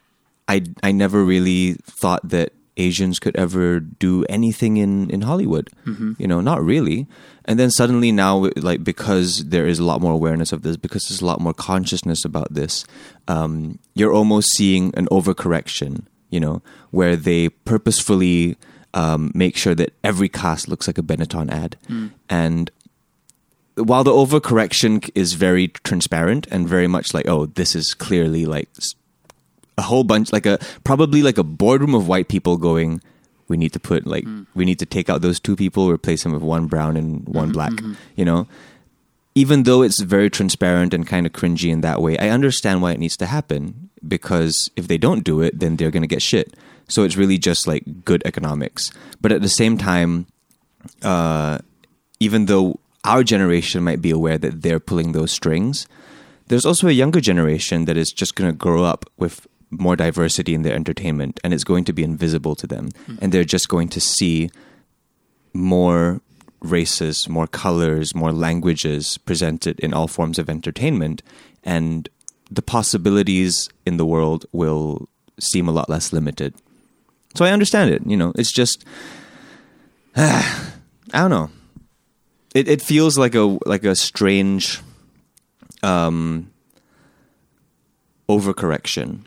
I I never really thought that Asians could ever do anything in in Hollywood. You know, not really. And then suddenly now, like because there is a lot more awareness of this, because there's a lot more consciousness about this, um, you're almost seeing an overcorrection. You know, where they purposefully um, make sure that every cast looks like a Benetton ad, and while the overcorrection is very transparent and very much like, oh, this is clearly like s- a whole bunch, like a probably like a boardroom of white people going, we need to put like we need to take out those two people, replace them with one brown and one black, you know. Even though it's very transparent and kind of cringy in that way, I understand why it needs to happen because if they don't do it, then they're going to get shit. So it's really just like good economics. But at the same time, even though our generation might be aware that they're pulling those strings, there's also a younger generation that is just going to grow up with more diversity in their entertainment and it's going to be invisible to them. And they're just going to see more races, more colors, more languages presented in all forms of entertainment. And the possibilities in the world will seem a lot less limited. So I understand it. You know, it's just, I don't know it, it feels like a like a strange um overcorrection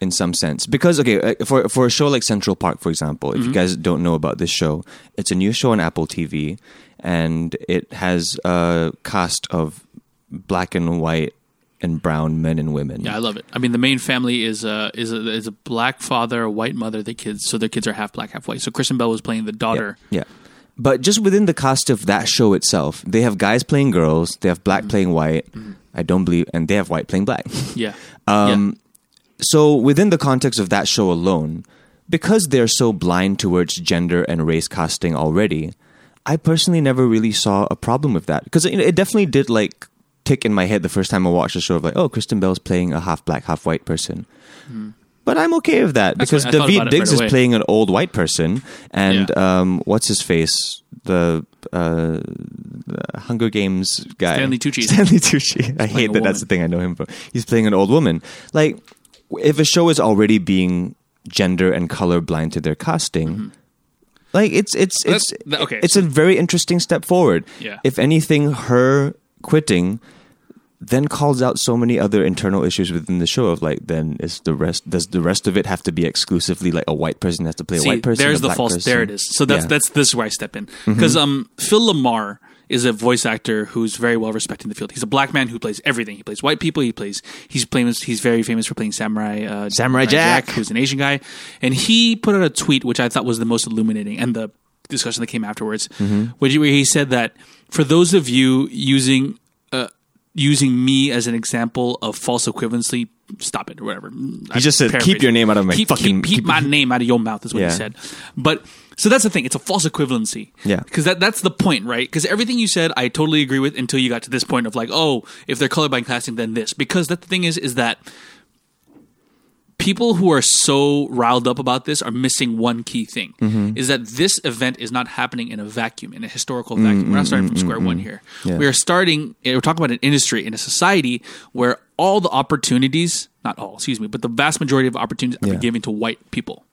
in some sense because okay uh, for for a show like Central Park for example if you guys don't know about this show it's a new show on Apple TV and it has a cast of black and white and brown men and women
Yeah, I love it. I mean, the main family is a is a, is a black father, a white mother, the kids. So their kids are half black, half white. So Kristen Bell was playing the daughter.
Yeah. But just within the cast of that show itself, they have guys playing girls, they have black playing white. I don't believe, and they have white playing black.
Yeah.
Um, so within the context of that show alone, because they're so blind towards gender and race casting already, I personally never really saw a problem with that because it, it definitely did like tick in my head the first time I watched the show of like, oh, Kristen Bell's playing a half black, half white person. But I'm okay with that
Hmm. That's
because
what I thought about
David
it
Diggs
right away.
is playing an old white person, and
Yeah.
um, what's his face, the uh, Hunger Games guy,
Stanley Tucci.
Stanley Tucci. I
playing
hate
a
that. That's
woman.
the thing I know him for. He's playing an old woman. Like, if a show is already being gender and color blind to their casting, like it's it's
Mm-hmm. That's-
it's
that- okay,
it's a very interesting step forward.
Yeah.
If anything, her quitting then calls out so many other internal issues within the show of like then is the rest does the rest of it have to be exclusively like a white person has to play a
See,
white person
there's
a
the
black
false.
person?
There it is. So that's
Yeah. Mm-hmm.
that's this is where I step in because um Phil Lamar is a voice actor who's very well respected in the field. He's a black man who plays everything. He plays white people. He plays. He's famous. He's very famous for playing samurai. Uh,
Samurai Jack.
who's an Asian guy, and he put out a tweet which I thought was the most illuminating and the discussion that came afterwards,
Mm-hmm.
which where he said that for those of you using uh, using me as an example of false equivalency, stop it or whatever. He
just said, "Keep your name out of my
keep,
fucking-
keep, keep
keep-
my name out of your mouth." Is what
Yeah.
he said. But so that's the thing; it's a false equivalency.
Yeah.
because that that's the point, right? Because everything you said, I totally agree with until you got to this point of like, oh, if they're colorblind casting, then this. Because that the thing is, is that people who are so riled up about this are missing one key thing:
Mm-hmm.
is that this event is not happening in a vacuum, in a historical vacuum. We're not starting from square one here.
Mm-hmm, Yeah.
We are starting. We're talking about an industry in a society where all the opportunities. Not all, excuse me, but the vast majority of opportunities are
Yeah.
given to white people.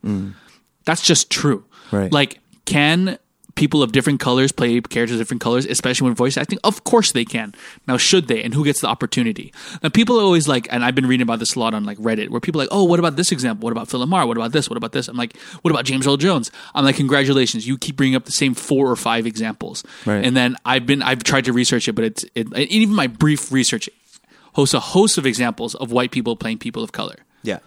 That's just true.
Right.
Like, can people of different colors play characters of different colors, especially when voice acting? Of course they can. Now, should they? And who gets the opportunity? Now, people are always like, and I've been reading about this a lot on like Reddit, where people are like, oh, what about this example? What about Phil Lamar? What about this? What about this? I'm like, what about James Earl Jones? I'm like, congratulations, you keep bringing up the same four or five examples.
Right.
And then I've been, I've tried to research it, but it's, it, and even my brief research hosts a host of examples of white people playing people of color.
Yeah.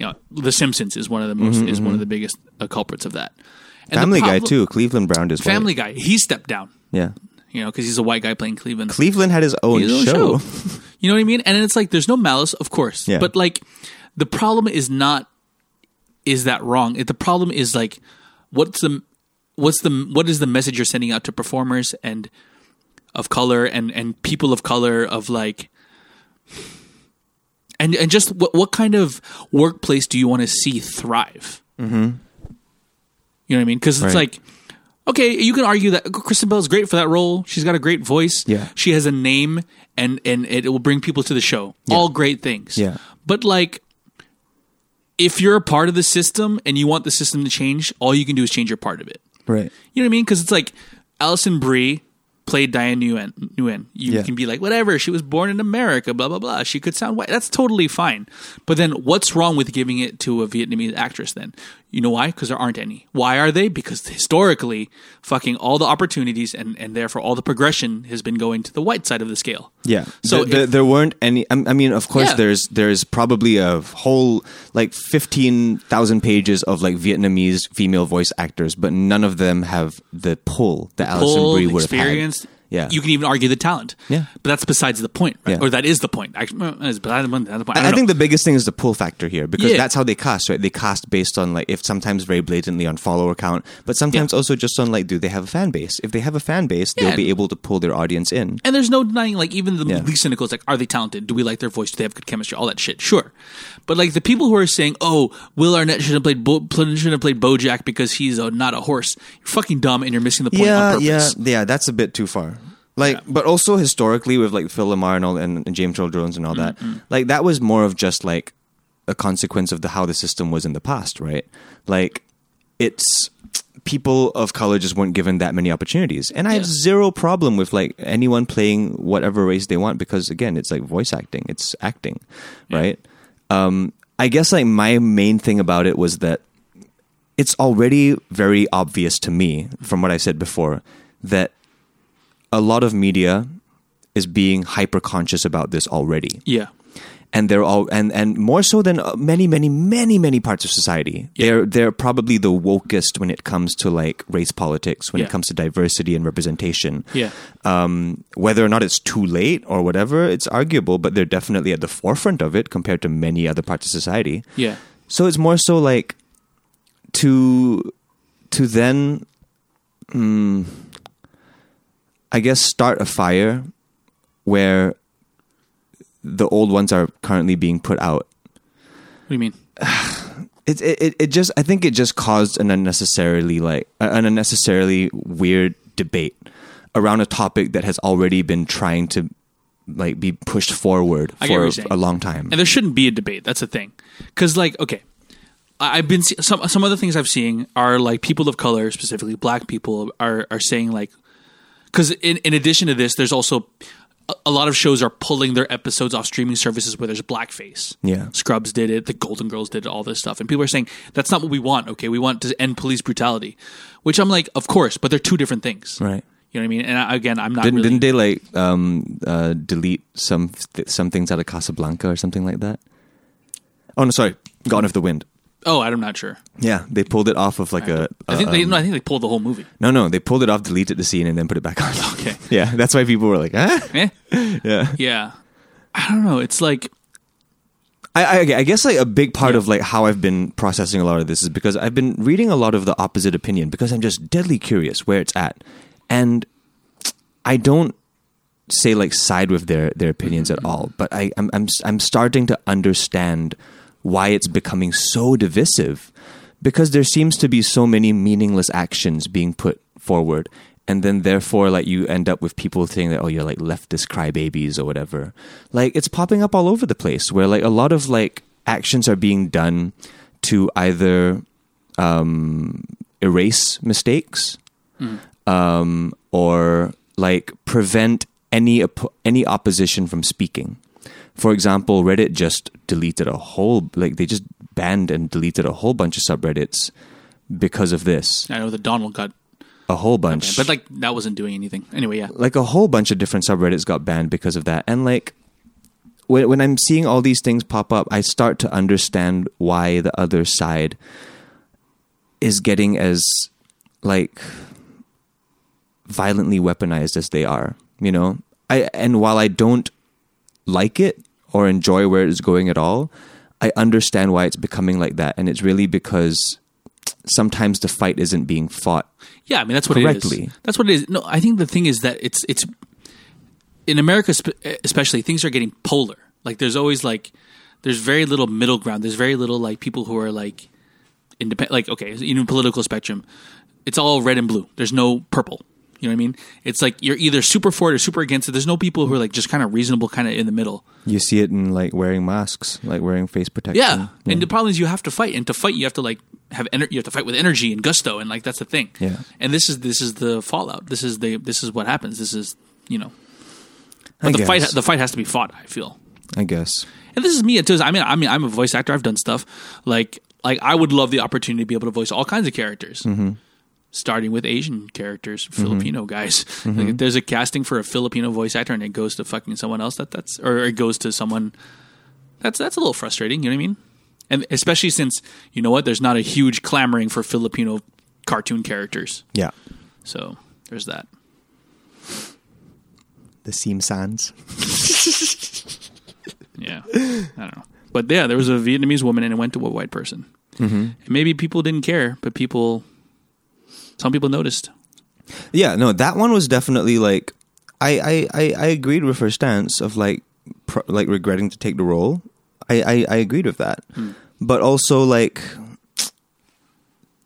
you know, The Simpsons is one of the most is one of the biggest uh, culprits of that. And the
Mm-hmm, Family Guy
problem-
too. Cleveland Brown is white.
Family Guy, he stepped down,
Yeah.
you know, because he's a white guy playing Cleveland.
Cleveland had his own,
His own
show.
You know what I mean? And it's like there's no malice, of course.
Yeah.
But like the problem is not is that wrong. It, the problem is like what's the what's the what is the message you're sending out to performers and of color and and people of color of like and and just what what kind of workplace do you want to see thrive? Mm-hmm. You know what I mean? Because it's
Right.
like okay, you can argue that Kristen Bell's great for that role. She's got a great voice.
Yeah.
She has a name and and it will bring people to the show. All great things.
Yeah.
But like if you're a part of the system and you want the system to change, all you can do is change your part of it.
Right.
You know what I mean? Because it's like Alison Brie played Diane Nguyen. Nguyen. You
Yeah.
can be like, whatever. She was born in America. Blah blah blah. She could sound white. That's totally fine. But then, what's wrong with giving it to a Vietnamese actress? Then you know why? Because there aren't any. Why are they? Because historically, fucking all the opportunities and and therefore all the progression has been going to the white side of the scale.
Yeah.
So
So there,
if-
there weren't any. I I mean, of course,
Yeah.
there's there's probably a whole like fifteen thousand pages of like Vietnamese female voice actors, but none of them have the pull that Alison
Pull,
Brie would
experience.
have had. Yeah.
you can even argue the talent.
Yeah.
but that's besides the point, right?
Yeah.
Or that is the point. Actually, well, that's beside the point. That's the point. I
I, I
don't know.
think the biggest thing is the pull factor here because
Yeah.
that's how they cast, right? They cast based on like if sometimes very blatantly on follower count, but sometimes also just on like do they have a fan base? If they have a fan base,
Yeah.
they'll be able to pull their audience in.
And there's no denying, like, even the
Yeah.
least cynical is like, are they talented? Do we like their voice? Do they have good chemistry? All that shit, sure. But, like, the people who are saying, oh, Will Arnett should have played, Bo- shouldn't have played Bojack because he's a, not a horse, you're fucking dumb and you're missing the point
yeah,
on
yeah,
purpose.
yeah. That's a bit too far. Like, but also historically with like Phil Lamar and all, and, and James Earl Jones and all that,
Mm-hmm.
like that was more of just like a consequence of the how the system was in the past, right? Like, it's people of color just weren't given that many opportunities, and I have
Yeah.
zero problem with like anyone playing whatever race they want because again, it's like voice acting, it's acting, right? Um, I guess like my main thing about it was that it's already very obvious to me from what I said before that a lot of media is being hyper conscious about this already
Yeah.
and they're all and and more so than uh, many many many many parts of society they're they're probably the wokest when it comes to like race politics when
Yeah.
it comes to diversity and representation
Yeah.
um, whether or not it's too late or whatever it's arguable but they're definitely at the forefront of it compared to many other parts of society
Yeah.
so it's more so like to to then, mm, I guess, start a fire where the old ones are currently being put out.
What do you mean?
It it it- it just I think it just caused an unnecessarily like an unnecessarily weird debate around a topic that has already been trying to like be pushed forward
I get what
for
you're saying.
a long time.
And there shouldn't be a debate. That's the thing. Because, like, okay, I, I've been see- some some other things I've seen are like people of color, specifically black people, are are saying like, because in in addition to this, there's also a, a lot of shows are pulling their episodes off streaming services where there's blackface.
Yeah.
Scrubs did it, the Golden Girls did it, all this stuff, and people are saying that's not what we want. Okay, we want to end police brutality, which I'm like, of course, but they're two different things,
Right.
You know what I mean? And I, again, I'm not
Didn't,
really.
didn't they like um, uh, delete some th- some things out of Casablanca or something like that? Oh no, sorry, Gone with the Wind.
oh, I'm not sure.
Yeah, they pulled it off of like a.
I think
uh,
they.
um,
no, I think they pulled the whole movie.
no, no, they pulled it off, deleted the scene, and then put it back on.
Okay.
yeah, that's why people were like, "Huh."
Eh? yeah. Yeah. I don't know. It's like
I, I, I guess like a big part of like how I've been processing a lot of this is because I've been reading a lot of the opposite opinion because I'm just deadly curious where it's at, and I don't say like side with their their opinions at all, but I I'm I'm, I'm starting to understand why it's becoming so divisive because there seems to be so many meaningless actions being put forward and then therefore like you end up with people saying that oh you're like leftist crybabies or whatever like it's popping up all over the place where like a lot of like actions are being done to either um erase mistakes um, or like prevent any op- any opposition from speaking. For example, Reddit just deleted a whole like they just banned and deleted a whole bunch of subreddits because of this.
I know that Donald got,
A whole bunch,
but like that wasn't doing anything. Anyway, yeah.
like a whole bunch of different subreddits got banned because of that, and like when, when I'm seeing all these things pop up, I start to understand why the other side is getting as like violently weaponized as they are. You know, I and while I don't like it or enjoy where it is going at all, I understand why it's becoming like that, and it's really because sometimes the fight isn't being fought.
Yeah, I mean that's what it
Correctly.
is. That's what it is. No, I think the thing is that it's it's in America spe- especially things are getting polar. Like there's always like there's very little middle ground. There's very little like people who are like independent. Like okay, even political spectrum, it's all red and blue. There's no purple. You know what I mean? It's like you're either super for it or super against it. There's no people who are like just kind of reasonable, kind of in the middle.
You see it in like wearing masks, like wearing face protection.
Yeah. And the problem is you have to fight, and to fight you have to like have ener- you have to fight with energy and gusto, and like that's the thing.
Yeah.
And this is this is the fallout. This is the this is what happens. This is you know.
I
But the fight
guess.
the fight has to be fought. I feel.
I guess.
And this is me too. I mean, I mean, I'm a voice actor. I've done stuff like like I would love the opportunity to be able to voice all kinds of characters. Starting with Asian characters, Filipino guys. Like, if there's a casting for a Filipino voice actor, and it goes to fucking someone else. That that's or it goes to someone. That's that's a little frustrating. You know what I mean? And especially since you know what, there's not a huge clamoring for Filipino cartoon characters.
Yeah.
So there's that.
The seam sands.
Yeah, I don't know. But yeah, there was a Vietnamese woman, and it went to a white person. And maybe people didn't care, but people, some people noticed.
Yeah, no, that one was definitely like I I I, I agreed with her stance of like pr- like regretting to take the role. I I, I agreed with that,
Hmm.
but also like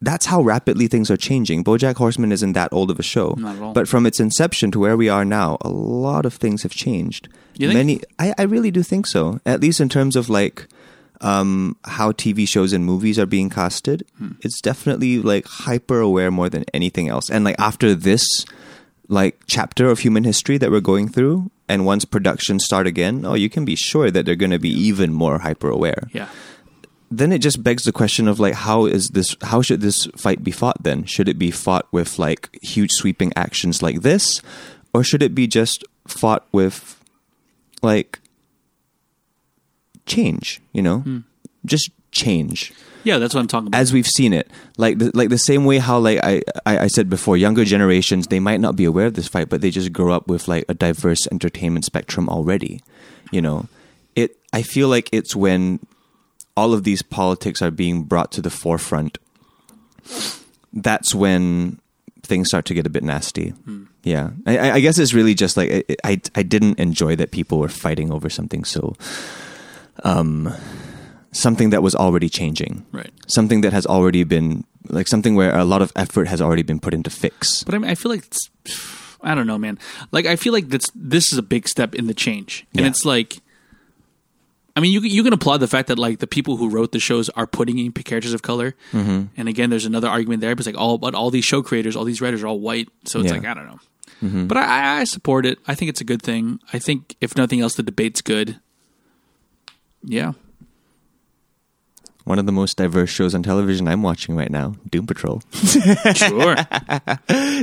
that's how rapidly things are changing. BoJack Horseman isn't that old of a show,
Not at all.
but from its inception to where we are now, a lot of things have changed.
You think?
Many, I I really do think so. At least in terms of like um, how TV shows and movies are being casted.
Hmm.
It's definitely like hyper aware more than anything else. And like after this like chapter of human history that we're going through, and once productions start again, oh, you can be sure that they're going to be even more hyper aware.
Yeah,
Then it just begs the question of like, how is this? How should this fight be fought? Then should it be fought with like huge sweeping actions like this, or should it be just fought with like change? You know, just change
yeah, that's what I'm talking about.
as we've seen it like the, like the same way how like I, I i said before younger generations they might not be aware of this fight but they just grow up with like a diverse entertainment spectrum already you know it i feel like it's when all of these politics are being brought to the forefront that's when things start to get a bit nasty yeah I- I, I guess it's really just like I, I i didn't enjoy that people were fighting over something so um something that was already changing
right.
something that has already been like something where a lot of effort has already been put into fix.
But I mean, I feel like it's, I don't know, man. Like I feel like that's this is a big step in the change, and
Yeah.
it's like, I mean, you can- you can applaud the fact that like the people who wrote the shows are putting in characters of color,
Mm-hmm.
and again, there's another argument there, but it's like all but all these show creators, all these writers are all white, so it's
Yeah. Mm-hmm.
like I don't know. But I, I- I support it. I think it's a good thing. I think if nothing else, the debate's good. Yeah.
One of the most diverse shows on television I'm watching right now, Doom Patrol.
Sure.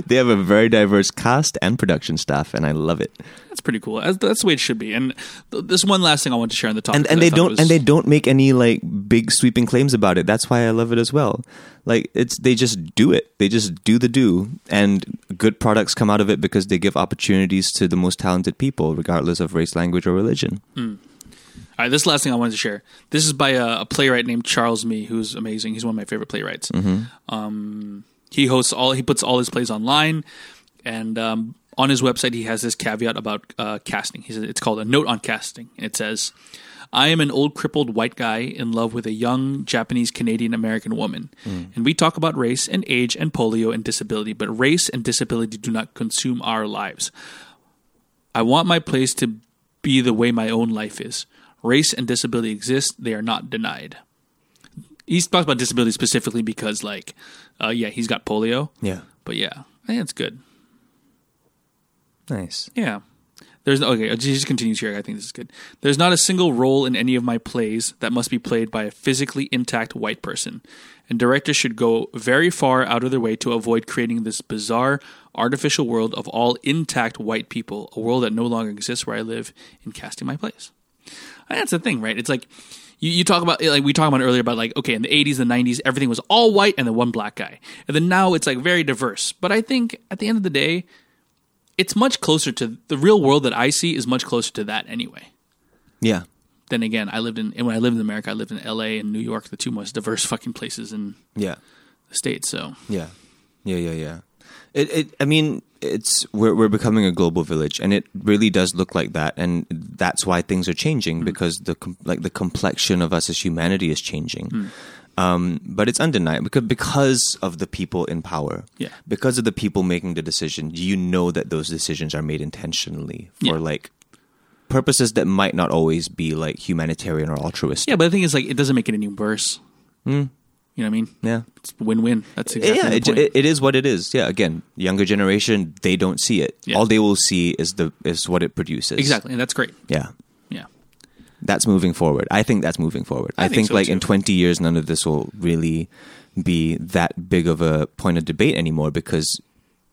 they have a very diverse cast and production staff, and I love it.
that's pretty cool. That's, that's the way it should be. And th- this one last thing I want to share on the topic.
And
that
and
I
they
thought
don't
was-
and they don't make any like big sweeping claims about it. That's why I love it as well. Like it's they just do it. They just do the do, and good products come out of it because they give opportunities to the most talented people, regardless of race, language, or religion.
All right, this last thing I wanted to share. This is by a, a playwright named Charles Mee, who's amazing. He's one of my favorite playwrights. Um, he hosts all, he puts all his plays online, and um, on his website he has this caveat about uh, casting. He says it's called a note on casting. It says, "I am an old crippled white guy in love with a young Japanese Canadian American woman, and we talk about race and age and polio and disability, but race and disability do not consume our lives. I want my place to be the way my own life is. Race and disability exist; they are not denied. He talks about disability specifically because, like, uh, yeah, he's got polio.
Yeah,
But yeah, I think it's good.
nice.
Yeah. There's no, okay. It just continues here. I think this is good. There's not a single role in any of my plays that must be played by a physically intact white person, and directors should go very far out of their way to avoid creating this bizarre, artificial world of all intact white people, a world that no longer exists where I live in casting my plays. That's the thing, right? It's like you, you talk about like we talked about earlier about like okay, in the '80s, the '90s, everything was all white and then one black guy, and then now it's like very diverse. But I think at the end of the day, it's much closer to the real world that I see is much closer to that anyway.
Yeah.
Then again, I lived in and when I lived in America, I lived in L.A. and New York, the two most diverse fucking places in
Yeah.
the state. So
Yeah, yeah, yeah, yeah. It, it. I mean, it's we're we're becoming a global village, and it really does look like that, and that's why things are
Mm.
changing because the com- like the complexion of us as humanity is changing.
Mm.
Um, but it's undeniable because because of the people in power,
Yeah.
because of the people making the decision. You know that those decisions are made intentionally for
Yeah.
like purposes that might not always be like humanitarian or altruistic.
yeah, but the thing is, like, it doesn't make it any worse. You know what I mean?
Hmm. Yeah.
It's win-win. That's exactly
yeah,
the
it,
point.
it, it is what it is. Yeah, again, younger generation, they don't see it.
Yeah.
All they will see is the is what it produces.
exactly, and that's great.
Yeah,
Yeah.
that's moving forward. I think that's moving forward. I,
think
think,
so,
like in
too.
twenty years, none of this will really be that big of a point of debate anymore because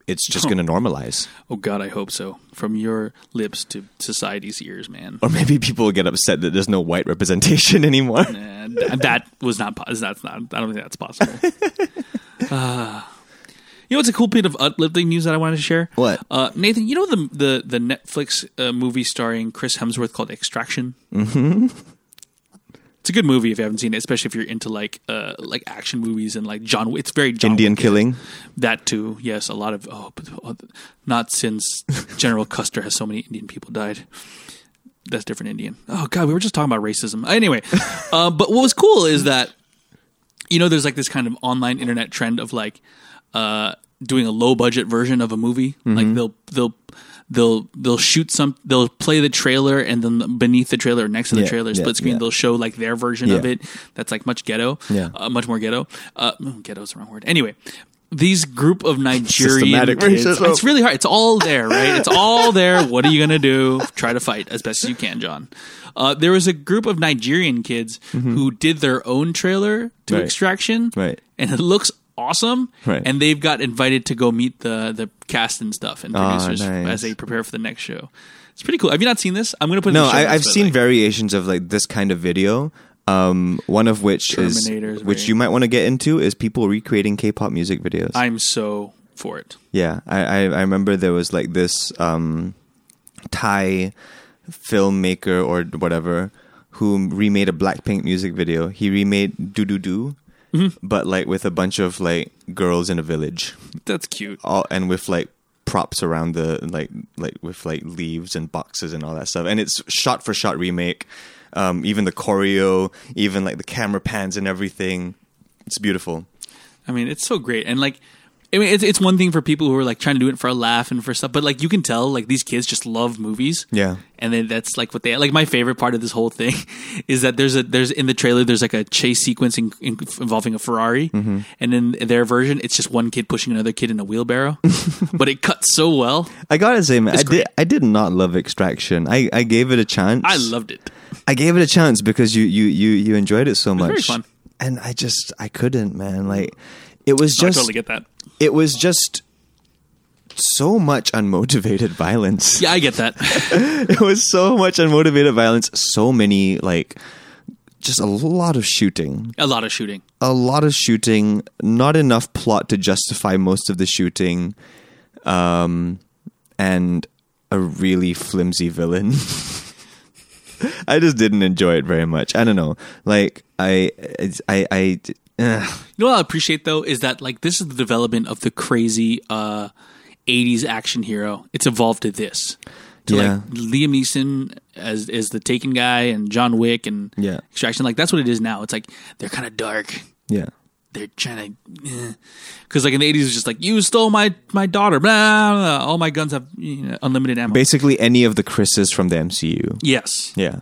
it's just going to normalize.
Oh God, I hope so. From your lips to society's ears, man.
Or maybe people will get upset that there's no white representation anymore.
And th- that was not. pos- That's not. I don't think that's possible. Ah. you know, what's a cool bit of uplifting news that I wanted to share.
What?
uh, Nathan? You know the the the Netflix uh, movie starring Chris Hemsworth called Extraction. Mm-hmm. It's a good movie if you haven't seen it, especially if you're into like uh, like action movies and like John. Wick. It's very John
Indian
Wick-ish.
killing.
That too, yes. A lot of oh, but, oh, not since General Custer has so many Indian people died. That's different Indian. Oh God, we were just talking about racism. Anyway, uh, but what was cool is that you know there's like this kind of online internet trend of like uh, doing a low budget version of a movie.
Mm-hmm.
Like they'll they'll they'll they'll shoot some they'll play the trailer and then beneath the trailer or next to the
Yeah,
trailer
yeah,
split screen
yeah.
they'll show like their version of
Yeah.
it that's like much ghetto
Yeah.
uh, much more ghetto uh mm, ghetto's the wrong word anyway these group of nigerian
Systematic
kids,
racism.
it's really hard it's all there right it's all there what are you gonna do try to fight as best as you can john uh, there was a group of nigerian kids who did their own trailer to
Mm-hmm. Right.
extraction
Right.
and it looks awesome
Right.
and they've got invited to go meet the the cast and stuff and
Ah,
producers
nice.
as they prepare for the next show it's pretty cool have you not seen this i'm gonna put it in
No,
the show
I,
notes,
I've
but,
seen
like-
variations of like this kind of video. Um, one of which
Terminator
is
is
which
very-
you might want to get into is people recreating K-pop music videos.
i'm so for it
yeah, I, I I remember there was like this um, Thai filmmaker or whatever who remade a Blackpink music video. He remade "Do Do Do,"
Mm-hmm.
but like with a bunch of like girls in a village,
that's cute
all and with like props around the like like with like leaves and boxes and all that stuff and it's shot for shot remake um even the choreo even like the camera pans and everything it's beautiful
I mean, it's so great, and like, I mean, it's it's one thing for people who are like trying to do it for a laugh and for stuff, but like you can tell, like these kids just love movies,
Yeah.
and then that's like what they like. My favorite part of this whole thing is that there's a there's in the trailer there's like a chase sequence in, in, involving a Ferrari, and in their version it's just one kid pushing another kid in a wheelbarrow, but it cuts so well.
i gotta say man i
great.
did i did not love extraction i i gave it a chance
I loved it.
i gave it a chance because you you you you enjoyed it so much
very fun.
and i just i couldn't man like it was
No, I
just
totally get that.
it was just so much unmotivated violence
Yeah, I get that.
it was so much unmotivated violence so many like just a lot of shooting
a lot of shooting.
a lot of shooting not enough plot to justify most of the shooting um and a really flimsy villain i just didn't enjoy it very much i don't know like i it's- i i eh, ugh.
You know what I appreciate though is that like this is the development of the crazy uh 80s action hero. It's evolved to this. To
Yeah.
like Liam Neeson as as the Taken guy and John Wick and
Yeah.
Extraction. Like that's what it is now. It's like they're kind of dark.
yeah
They're trying to, because like in the 80s, it was just like you stole my my daughter. Blah, blah, blah. All my guns have you know, unlimited ammo.
basically any of the chris's from the mcu
yes,
yeah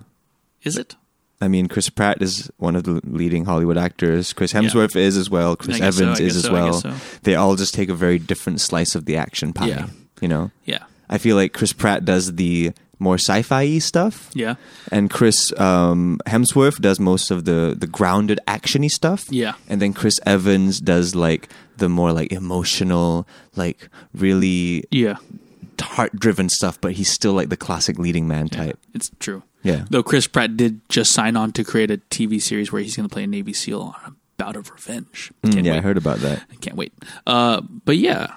is it?
I mean, Chris Pratt is one of the leading Hollywood actors. Chris Hemsworth is as well. Chris
I guess so,
Evans
I
is
guess
as
so, I
well.
guess so.
They all just take a very different slice of the action pie.
Yeah.
You know,
Yeah,
I feel like Chris Pratt does the more sci-fi stuff.
yeah.
And Chris um, Hemsworth does most of the the grounded actiony stuff.
Yeah.
And then Chris Evans does like the more like emotional, like really
Yeah,
heart driven stuff. But he's still like the classic leading man type.
it's true.
Yeah.
Though Chris Pratt did just sign on to create a TV series where he's going to play a Navy SEAL on a bout of revenge.
Mm,
Can't
yeah, I
wait.
heard about that.
I can't wait. Uh, but yeah,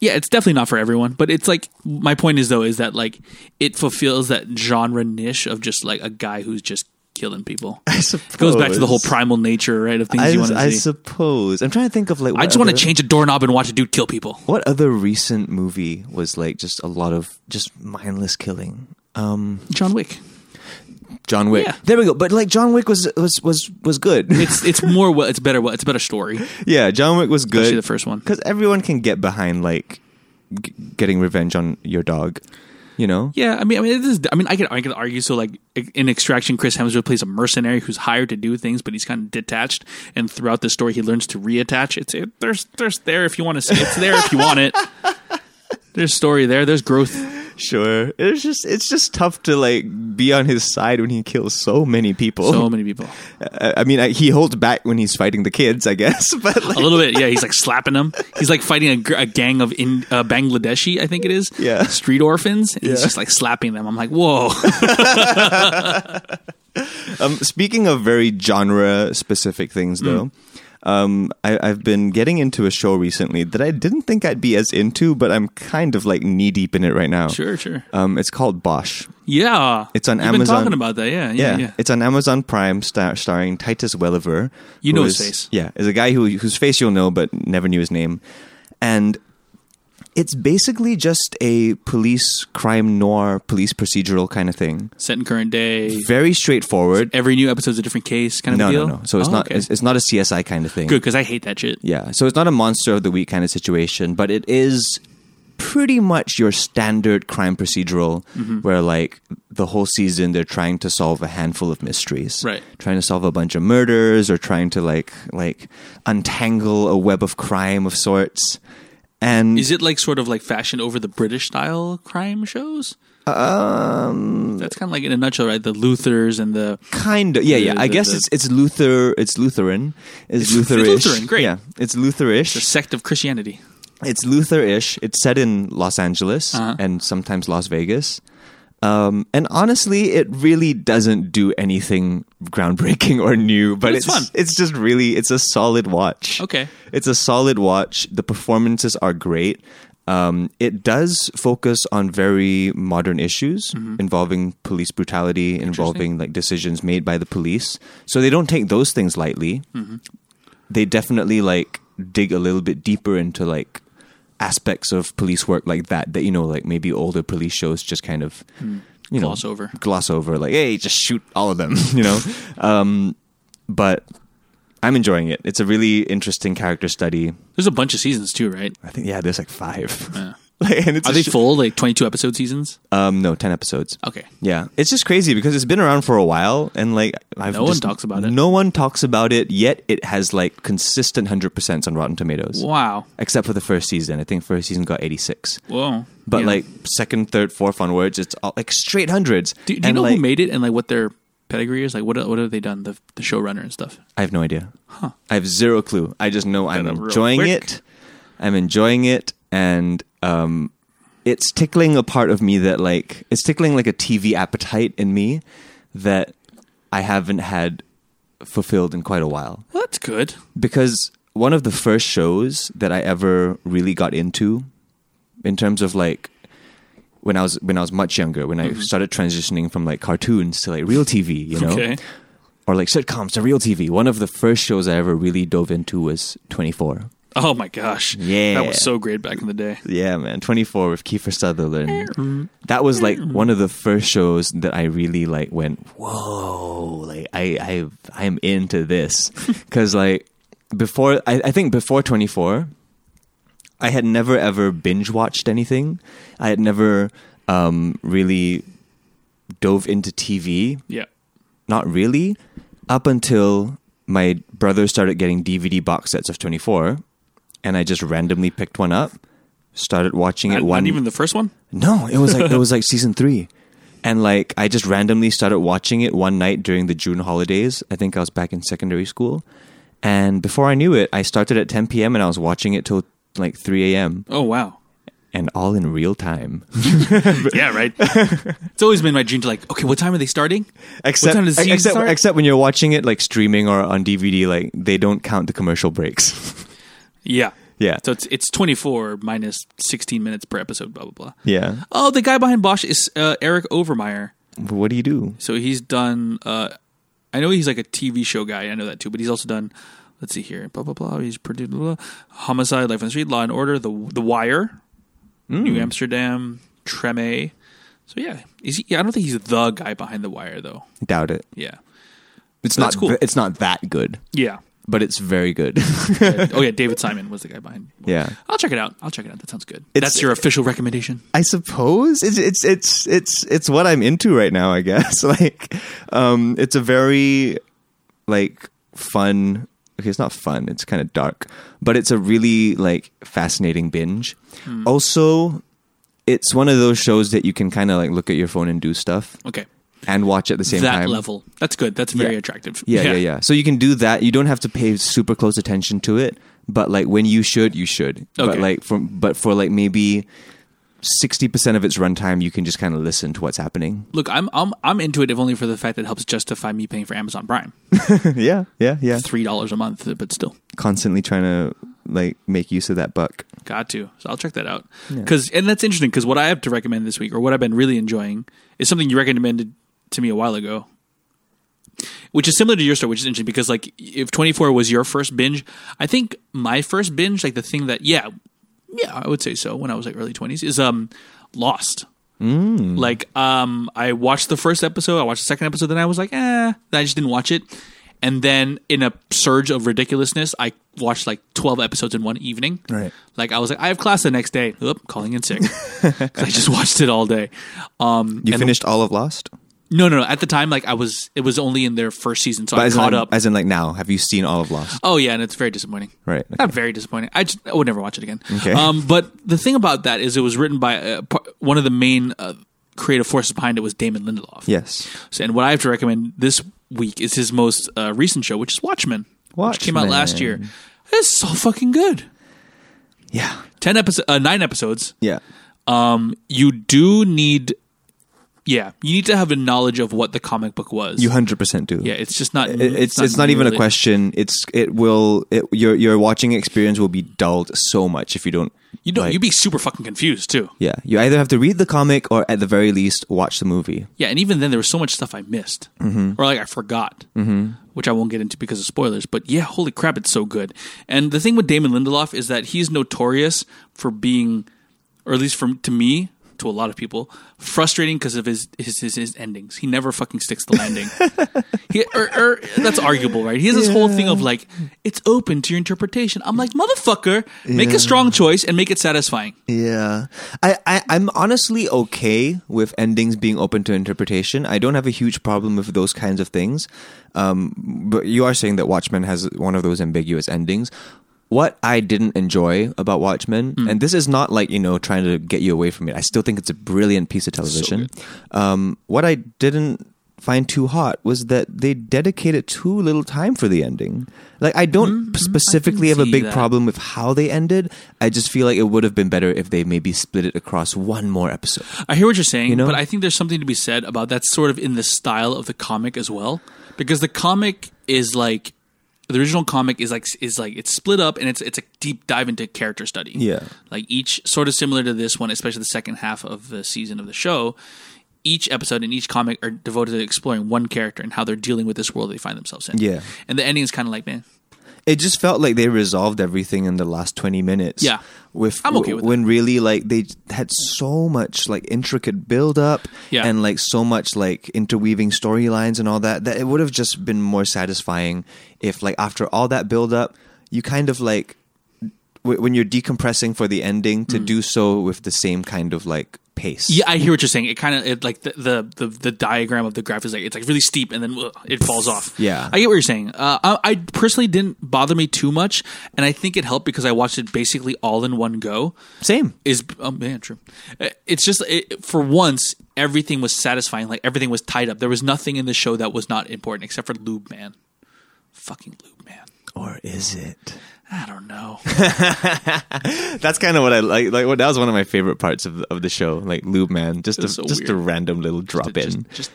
yeah, it's definitely not for everyone. But it's like my point is though is that like it fulfills that genre niche of just like a guy who's just killing people.
I
It goes back to the whole
suppose.
primal nature, right? Of things
I,
you
s-
want
I
to see.
suppose. I'm trying to think of like.
I
what
just want to
other-
change a doorknob and watch a dude kill people.
What other recent movie was like just a lot of just mindless killing? Um,
John Wick.
John Wick.
Yeah.
There we go. But like John Wick was was was was good.
It's it's more well, it's better well, it's a better story.
yeah, John Wick was
Especially
good.
the first one.
because everyone can get behind like g- getting revenge on your dog. You know.
Yeah, I mean, I mean, this is, I mean, I could I could argue so like in Extraction, Chris Hemsworth plays a mercenary who's hired to do things, but he's kind of detached, and throughout the story, he learns to reattach. It's it, there's there's there if you want to see it. it's there if you want it. There's story there. There's growth.
Sure. It's just it's just tough to like be on his side when he kills so many people.
So many people.
I, I mean, I, he holds back when he's fighting the kids, I guess. But like,
A little bit, yeah. He's like slapping them. He's like fighting a, gr- a gang of in uh, Bangladeshi, I think it is.
Yeah.
street orphans. And He's just like slapping them. I'm like, whoa.
Um, speaking of very genre specific things,
Mm.
though, um, I, I've been getting into a show recently that I didn't think I'd be as into, but I'm kind of like knee deep in it right now.
sure, sure.
Um, it's called Bosch.
Yeah,
It's on
You've Been
Amazon.
talking about that, yeah, yeah.
Yeah,
yeah.
it's on Amazon Prime, star- starring Titus Welliver.
You
who
know his
is-
face.
Yeah, is a guy who whose face you'll know, but never knew his name, and it's basically just a police crime noir, police procedural kind of thing.
Set in current day.
Very straightforward.
every new episode's a different case kind of
no,
deal?
no, no. So it's
Oh,
not
okay.
it's, it's not a CSI kind of thing.
good because I hate that shit.
Yeah. So it's not a monster of the week kind of situation, but it is pretty much your standard crime procedural
Mm-hmm.
where like the whole season they're trying to solve a handful of mysteries.
Right.
Trying to solve a bunch of murders or trying to like like untangle a web of crime of sorts. And
Is it like sort of like fashioned over the British style crime shows? Um, that's kind of like in a nutshell, right? The Luthers and the
kind of yeah, yeah.
The-
I
the-
guess
the-
it's it's Luther it's Lutheran. It's,
It's
Lutherish.
Lutheran, great.
Yeah. It's Lutherish.
the sect of Christianity.
it's Lutherish. It's set in Los Angeles
Uh-huh.
and sometimes Las Vegas. Um, and honestly, it really doesn't do anything groundbreaking or new, but
it's
it's
fun.
It's just really it's a solid watch.
Okay.
it's a solid watch. The performances are great. Um, it does focus on very modern issues
Mm-hmm.
involving police brutality, involving like decisions made by the police. So they don't take those things lightly they definitely like dig a little bit deeper into like aspects of police work like that that you know like maybe older police shows just kind of you
Hmm.
know
Gloss over.
gloss over like hey just shoot all of them you know um but i'm enjoying it it's a really interesting character study
There's a bunch of seasons too, right?
i think yeah there's like five like, and it's
Are
a
they
sh-
full? Like 22 episode seasons?
um no 10 episodes
Okay.
yeah, it's just crazy because it's been around for a while, and like I've
No one
just-
talks about it.
No one talks about it yet. It has like consistent hundred percent on Rotten Tomatoes.
Wow.
Except for the first season, I think first season got eighty six.
Whoa.
But
Yeah.
like second, third, fourth onwards, it's all like straight hundreds.
do, do you
And,
know
like,
who made it and like what their pedigree is? Like, what what have they done? The the showrunner and stuff.
I have no idea. I have zero clue. I just know I'm
up real
enjoying
quick.
it. I'm enjoying it, and um, it's tickling a part of me that like it's tickling like a TV appetite in me that I haven't had fulfilled in quite a while.
Well, that's good.
Because one of the first shows that I ever really got into, in terms of like when I was when I was much younger, when I started transitioning from like cartoons to like real TV, you know
Okay.
or like sitcoms to real TV. One of the first shows I ever really dove into was 24.
Oh my gosh.
Yeah.
That was so great back in the day.
Yeah, man, 24 with Kiefer Sutherland. That was like one of the first shows that I really like went, whoa, like I I I am into this because like before I, I think before 24, I had never ever binge watched anything. I had never um, really dove into TV
Yeah.
not really up until my brother started getting dvd box sets of 24 and i just randomly picked one up started watching it
Not,
one
not even the first one?
no it was like it was like season 3 and like i just randomly started watching it one night during the june holidays i think i was back in secondary school and before i knew it i started at 10 p.m and i was watching it till like 3 a.m
Oh, wow.
and all in real time.
yeah, right. it's always been my dream to like, okay, what time are they starting?
Except
time does the season
except
start?
except when you're watching it like streaming or on DVD, like they don't count the commercial breaks.
Yeah.
Yeah.
So it's it's 24 minus 16 minutes per episode, blah, blah, blah.
yeah.
Oh, the guy behind Bosch is uh, Eric Overmeyer.
But what do you do?
So he's done. Uh, I know he's like a TV show guy. I know that too. But he's also done. Let's see here. Blah blah blah. He's produced blah, blah. Homicide, Life on the Street, Law and Order, The The Wire,
Hmm.
New Amsterdam, Treme. So yeah, is he, yeah. I don't think he's the guy behind The Wire though.
Doubt it.
Yeah. That's
It's not
cool.
cool. it's not that good,
Yeah.
but it's very good.
oh yeah, David Simon was the guy behind.
yeah.
I'll check it out. I'll check it out. That sounds good.
It's-
That's your official recommendation.
I suppose it's it's it's it's it's what I'm into right now. I guess like um, it's a very like fun. Okay, it's not fun. It's kind of dark, but it's a really like fascinating binge. Also, it's one of those shows that you can kind of like look at your phone and do stuff
Okay.
and watch at the same
that
time.
level. That's good. That's very
Yeah.
attractive.
Yeah, yeah, yeah, So you can do that. You don't have to pay super close attention to it, but like when you should, you should. But
Okay.
like for but for like maybe sixty percent of its runtime, you can just kind of listen to what's happening.
Look, I'm I'm I'm into it if only for the fact that it helps justify me paying for Amazon Prime.
yeah, yeah, yeah.
three dollars a month, but still,
Constantly trying to like make use of that buck.
got to. So I'll check that out. Because and that's interesting because what I have to recommend this week, or what I've been really enjoying, is something you recommended to me a while ago, which is similar to your story, which is interesting because like if twenty four was your first binge, I think my first binge, like the thing that yeah, yeah, I would say so when I was like early twenties, is um Lost.
Mm.
Like, um, I watched the first episode, I watched the second episode, then I was like, eh, then I just didn't watch it. And then in a surge of ridiculousness, I watched like 12 episodes in one evening.
Right.
Like, I was like, I have class the next day. Oop, calling in sick. 'Cause I just watched it all day. Um,
You
and-
finished all of Lost,
No, no, no. At the time, like, I was, it was only in their first season, so I
as in,
caught
like-
up.
as in like now. Have you seen all of Lost?
Oh yeah, and it's very disappointing.
Right,
Not
okay.
very disappointing. I just I would never watch it again.
Okay.
Um, but the thing about that is it was written by uh, par- one of the main uh, creative forces behind it was Damon Lindelof.
Yes.
So, and what I have to recommend this week is his most uh, recent show, which is Watchmen, which came out last year.
Watchmen.
It's so fucking good.
Yeah.
Ten episodes, uh, nine episodes.
Yeah.
You do need, yeah, you need to have a knowledge of what the comic book was.
You hundred percent do.
yeah, it's just not.
It- it's it's not even a
really-
question. It's it will it, your your watching experience will be dulled so much if you don't.
You don't.
like-
you'd be super fucking confused too.
Yeah, you either have to read the comic or at the very least watch the movie.
Yeah, and even then, there was so much stuff I missed, or like I forgot, mm-hmm. which I won't get into because of spoilers. But yeah, holy crap, it's so good. And the thing with Damon Lindelof is that he's notorious for being, or at least from to me, to a lot of people, frustrating because of his his, his his endings. He never fucking sticks to landing. he, or, or that's arguable, right? He has this whole thing of like, it's open to your interpretation. I'm like, motherfucker, make
Yeah.
a strong choice and make it satisfying.
Yeah, I, I I'm honestly okay with endings being open to interpretation. I don't have a huge problem with those kinds of things. Um, but you are saying that Watchmen has one of those ambiguous endings. What I didn't enjoy about Watchmen,
Hmm.
and this is not like you know trying to get you away from it. I still think it's a brilliant piece of television. um, what I didn't find too hot was that they dedicated too little time for the ending. Like I don't specifically have a
Mm-hmm. see
big
that.
problem problem with how they ended. I just feel like it would have been better if they maybe split it across one more episode.
I hear what you're saying,
You know?
but I think there's something to be said about that's sort of in the style of the comic as well, because the comic is like the original comic is like is like it's split up and it's it's a deep dive into character study.
Yeah.
like each sort of similar to this one, especially the second half of the season of the show. Each episode and each comic are devoted to exploring one character and how they're dealing with this world they find themselves in.
Yeah.
and the ending is kind of like, man,
It just felt like they resolved everything in the last 20 minutes.
Yeah.
With
I'm okay with
when really like they had so much like intricate build up
Yeah.
and like so much like interweaving storylines and all that that it would have just been more satisfying if like after all that build up you kind of like w- when you're decompressing for the ending to do so with the same kind of like pace.
Mm. Yeah, I hear what you're saying. It kind of it, like the, the the the diagram of the graph is like it's like really steep and then uh, it falls off.
Yeah.
I get what you're saying. Uh, I, I personally didn't bother me too much, and I think it helped because I watched it basically all in one go.
Same.
Is oh man, true. Uh, It's just it, for once everything was satisfying. Like everything was tied up. There was nothing in the show that was not important except for Lube Man. Fucking Lube Man.
Or is it?
I don't know.
That's kind of what I like. Like, well, that was one of my favorite parts of the, of the show. Like, Lube Man, just a,
That's so
just a
weird.
random little drop in.
just, just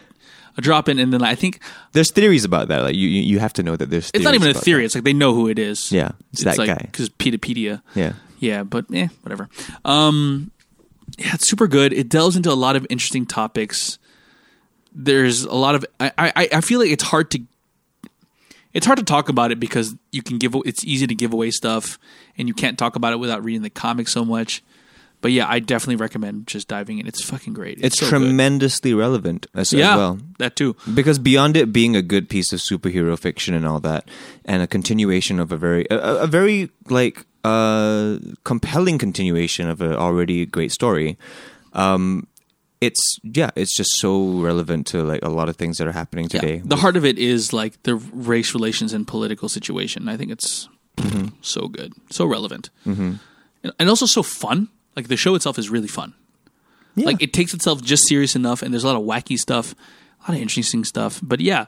a drop in, and then I think
there's theories about that. Like, you you, you have to know that there's.
it's not even a
about
theory. It's like they know who it is.
Yeah, it's that
like,
guy.
Because Pedopedia.
that. Yeah.
Yeah, but eh, whatever. Um, yeah, it's super good. It delves into a lot of interesting topics. There's a lot of I, I, I feel like it's hard to it's hard to talk about it because you can give it's easy to give away stuff and you can't talk about it without reading the comic so much. But yeah, I definitely recommend just diving in. It's fucking great.
It's
so good.
tremendously relevant as, as
Yeah,
well.
that too.
Because beyond it being a good piece of superhero fiction and all that, and a continuation of a very, a, a a very like uh, compelling continuation of an already great story, um, it's yeah, it's just so relevant to like a lot of things that are happening
Yeah.
today.
The heart of it is like the race relations and political situation. I think it's so good, so relevant, mm-hmm. and, and also so fun. Like the show itself is really fun. Like it takes itself just serious enough, and there's a lot of wacky stuff, a lot of interesting stuff. But yeah,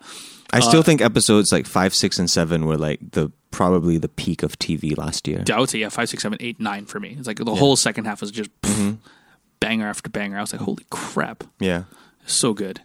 I
uh,
still think episodes like five, six, and seven were like the probably the peak of TV last year.
I would say yeah, five, six, seven, eight, nine for me. It's like the whole second half is just pff, banger after banger. I was like, holy crap,
Yeah,
so good.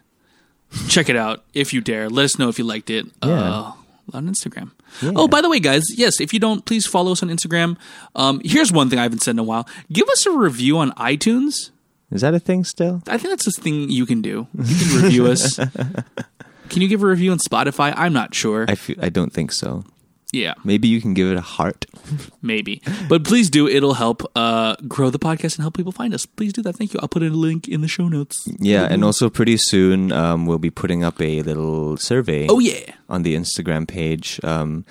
Check it out if you dare. Let us know if you liked it. Uh, on Instagram. Oh, by the way, guys, yes, if you don't, please follow us on Instagram. Um, here's one thing I haven't said in a while: give us a review on iTunes.
is that a thing still?
I think that's a thing you can do. You can review us. Can you give a review on Spotify? I'm not sure.
I feel, I don't think so.
yeah,
Maybe you can give it a heart.
maybe. But please do. It'll help uh, grow the podcast and help people find us. Please do that. Thank you. I'll put a link in the show notes.
Yeah, and also pretty soon um, we'll be putting up a little survey.
Oh, yeah.
on the Instagram page um,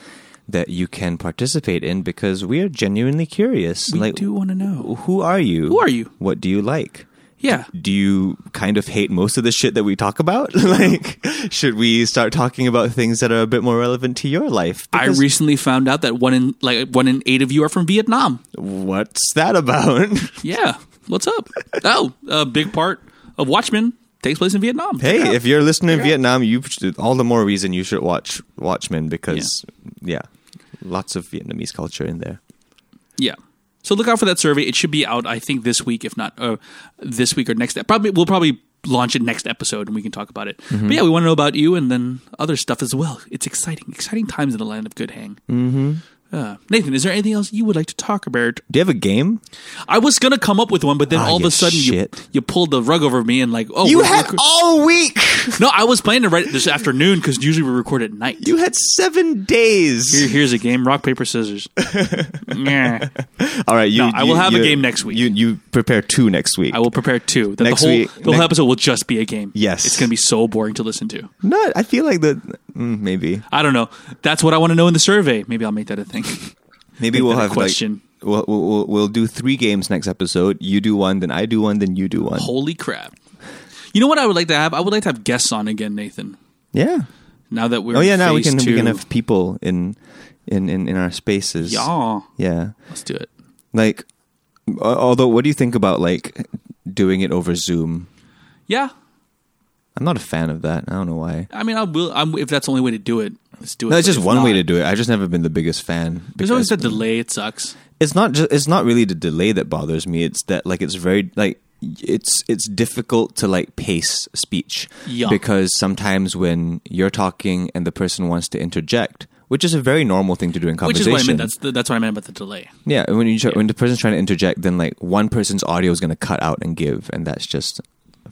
that you can participate in because we are genuinely curious.
We
like,
do want to know.
who are you?
Who are you?
What do you like?
Yeah.
do you kind of hate most of the shit that we talk about? like, should we start talking about things that are a bit more relevant to your life?
I
Because
recently found out that one in like one in eight of you are from Vietnam.
what's that about?
Yeah. What's up? oh, a big part of Watchmen takes place in Vietnam.
hey, if you're listening in Vietnam, you should, all the more reason you should watch Watchmen because yeah. lots of Vietnamese culture in there.
Yeah. So look out for that survey. It should be out, I think, this week, if not uh, this week or next. Probably we'll probably launch it next episode, and we can talk about it.
Mm-hmm.
But yeah, we want to know about you and then other stuff as well. It's exciting, exciting times in the land of good hang. Mm-hmm. Uh, Nathan, is there anything else you would like to talk about?
Do you have a game?
I was gonna come up with one, but then
Ah,
all of
you
a sudden you,
shit.
you pulled the rug over me and like, oh,
You
we're-
had
we're-
all week.
no. I was planning to write it this afternoon because usually we record at night.
You had seven
Here-
days.
Here's a game: rock, paper, scissors. Meh.
All right, you.
No, I will
you-
have a
you-
game next week.
You you prepare two next week.
I will prepare two. That
Next
the whole,
week-
the whole
next-
episode will just be a game.
Yes.
It's going to be so boring to listen to.
Not. I feel like the mm, maybe.
I don't know. That's what I want to know in the survey. Maybe I'll make that a thing.
Maybe
Make
we'll
that a
have
question.
Like, we'll, we'll we'll- we'll do three games next episode. You do one, then I do one, then you do one.
Holy crap. You know what I would like to have? I would like to have guests on again, Nathan.
Yeah.
Now that we're
Oh yeah.
in
Now we
phase
can we
two.
can have people in in in, in our spaces.
yeah.
Yeah.
Let's do it.
Like, al- although, what do you think about like doing it over Zoom?
Yeah.
I'm not a fan of that. I don't know why.
I mean, I will. I'm, if that's the only way to do it, let's do it.
No, it's
But
just
if
one way
not-
to do it. I've just never been the biggest fan.
There's always
because-
that delay. It sucks.
it's not just it's not really the delay that bothers me it's that like it's very like it's it's difficult to like pace speech
Yeah.
because sometimes when you're talking and the person wants to interject which is a very normal thing to do in
Which
conversation
is what I meant. That's the, that's what I meant about the delay.
yeah and when you try, when the person's trying to interject then like one person's audio is going to cut out and give and that's just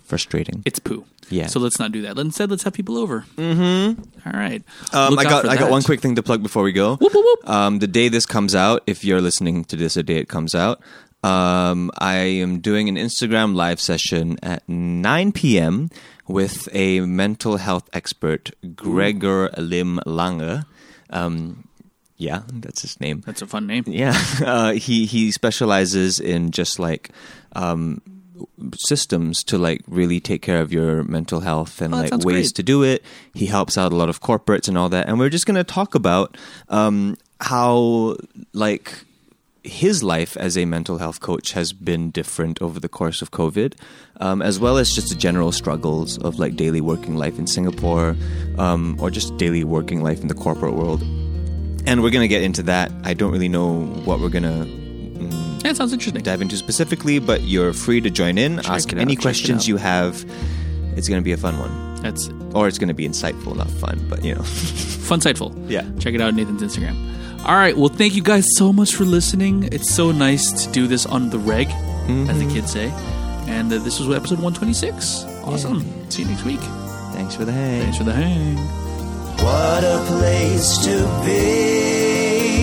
frustrating
It's poo.
Yeah.
So let's not do that. Instead, let's have people over. Mm-hmm. All right.
Um,
Look
I
out
got
for
I got
that.
one quick thing to plug before we go.
Whoop, whoop, whoop.
Um, the day this comes out, if you're listening to this, the day it comes out, um, I am doing an Instagram live session at 9 p.m. with a mental health expert, Gregor Lim Lange. Um, yeah, that's his name.
That's a fun name.
Yeah, uh, he he specializes in just like um, systems to like really take care of your mental health and
Oh, that
like
sounds
ways
great.
to do it. He helps out a lot of corporates and all that, and we're just gonna talk about um, how like his life as a mental health coach has been different over the course of COVID, um, as well as just the general struggles of like daily working life in Singapore um, or just daily working life in the corporate world And we're going to get into that. I don't really know what we're going to
That sounds interesting.
dive into specifically, but you're free to join in,
Check
ask
it out,
any
check it
questions
out.
you have. It's going to be a fun one.
That's
Or it's going to be insightful, not fun, but you know.
fun sightful.
Yeah.
Check it out on Nathan's Instagram. All right. Well, thank you guys so much for listening. It's so nice to do this on the reg, as
Mm-hmm.
the kids say. And uh, this was episode 126. Awesome. See you next week.
Thanks for the hang.
Thanks for the hang.
What a place to be.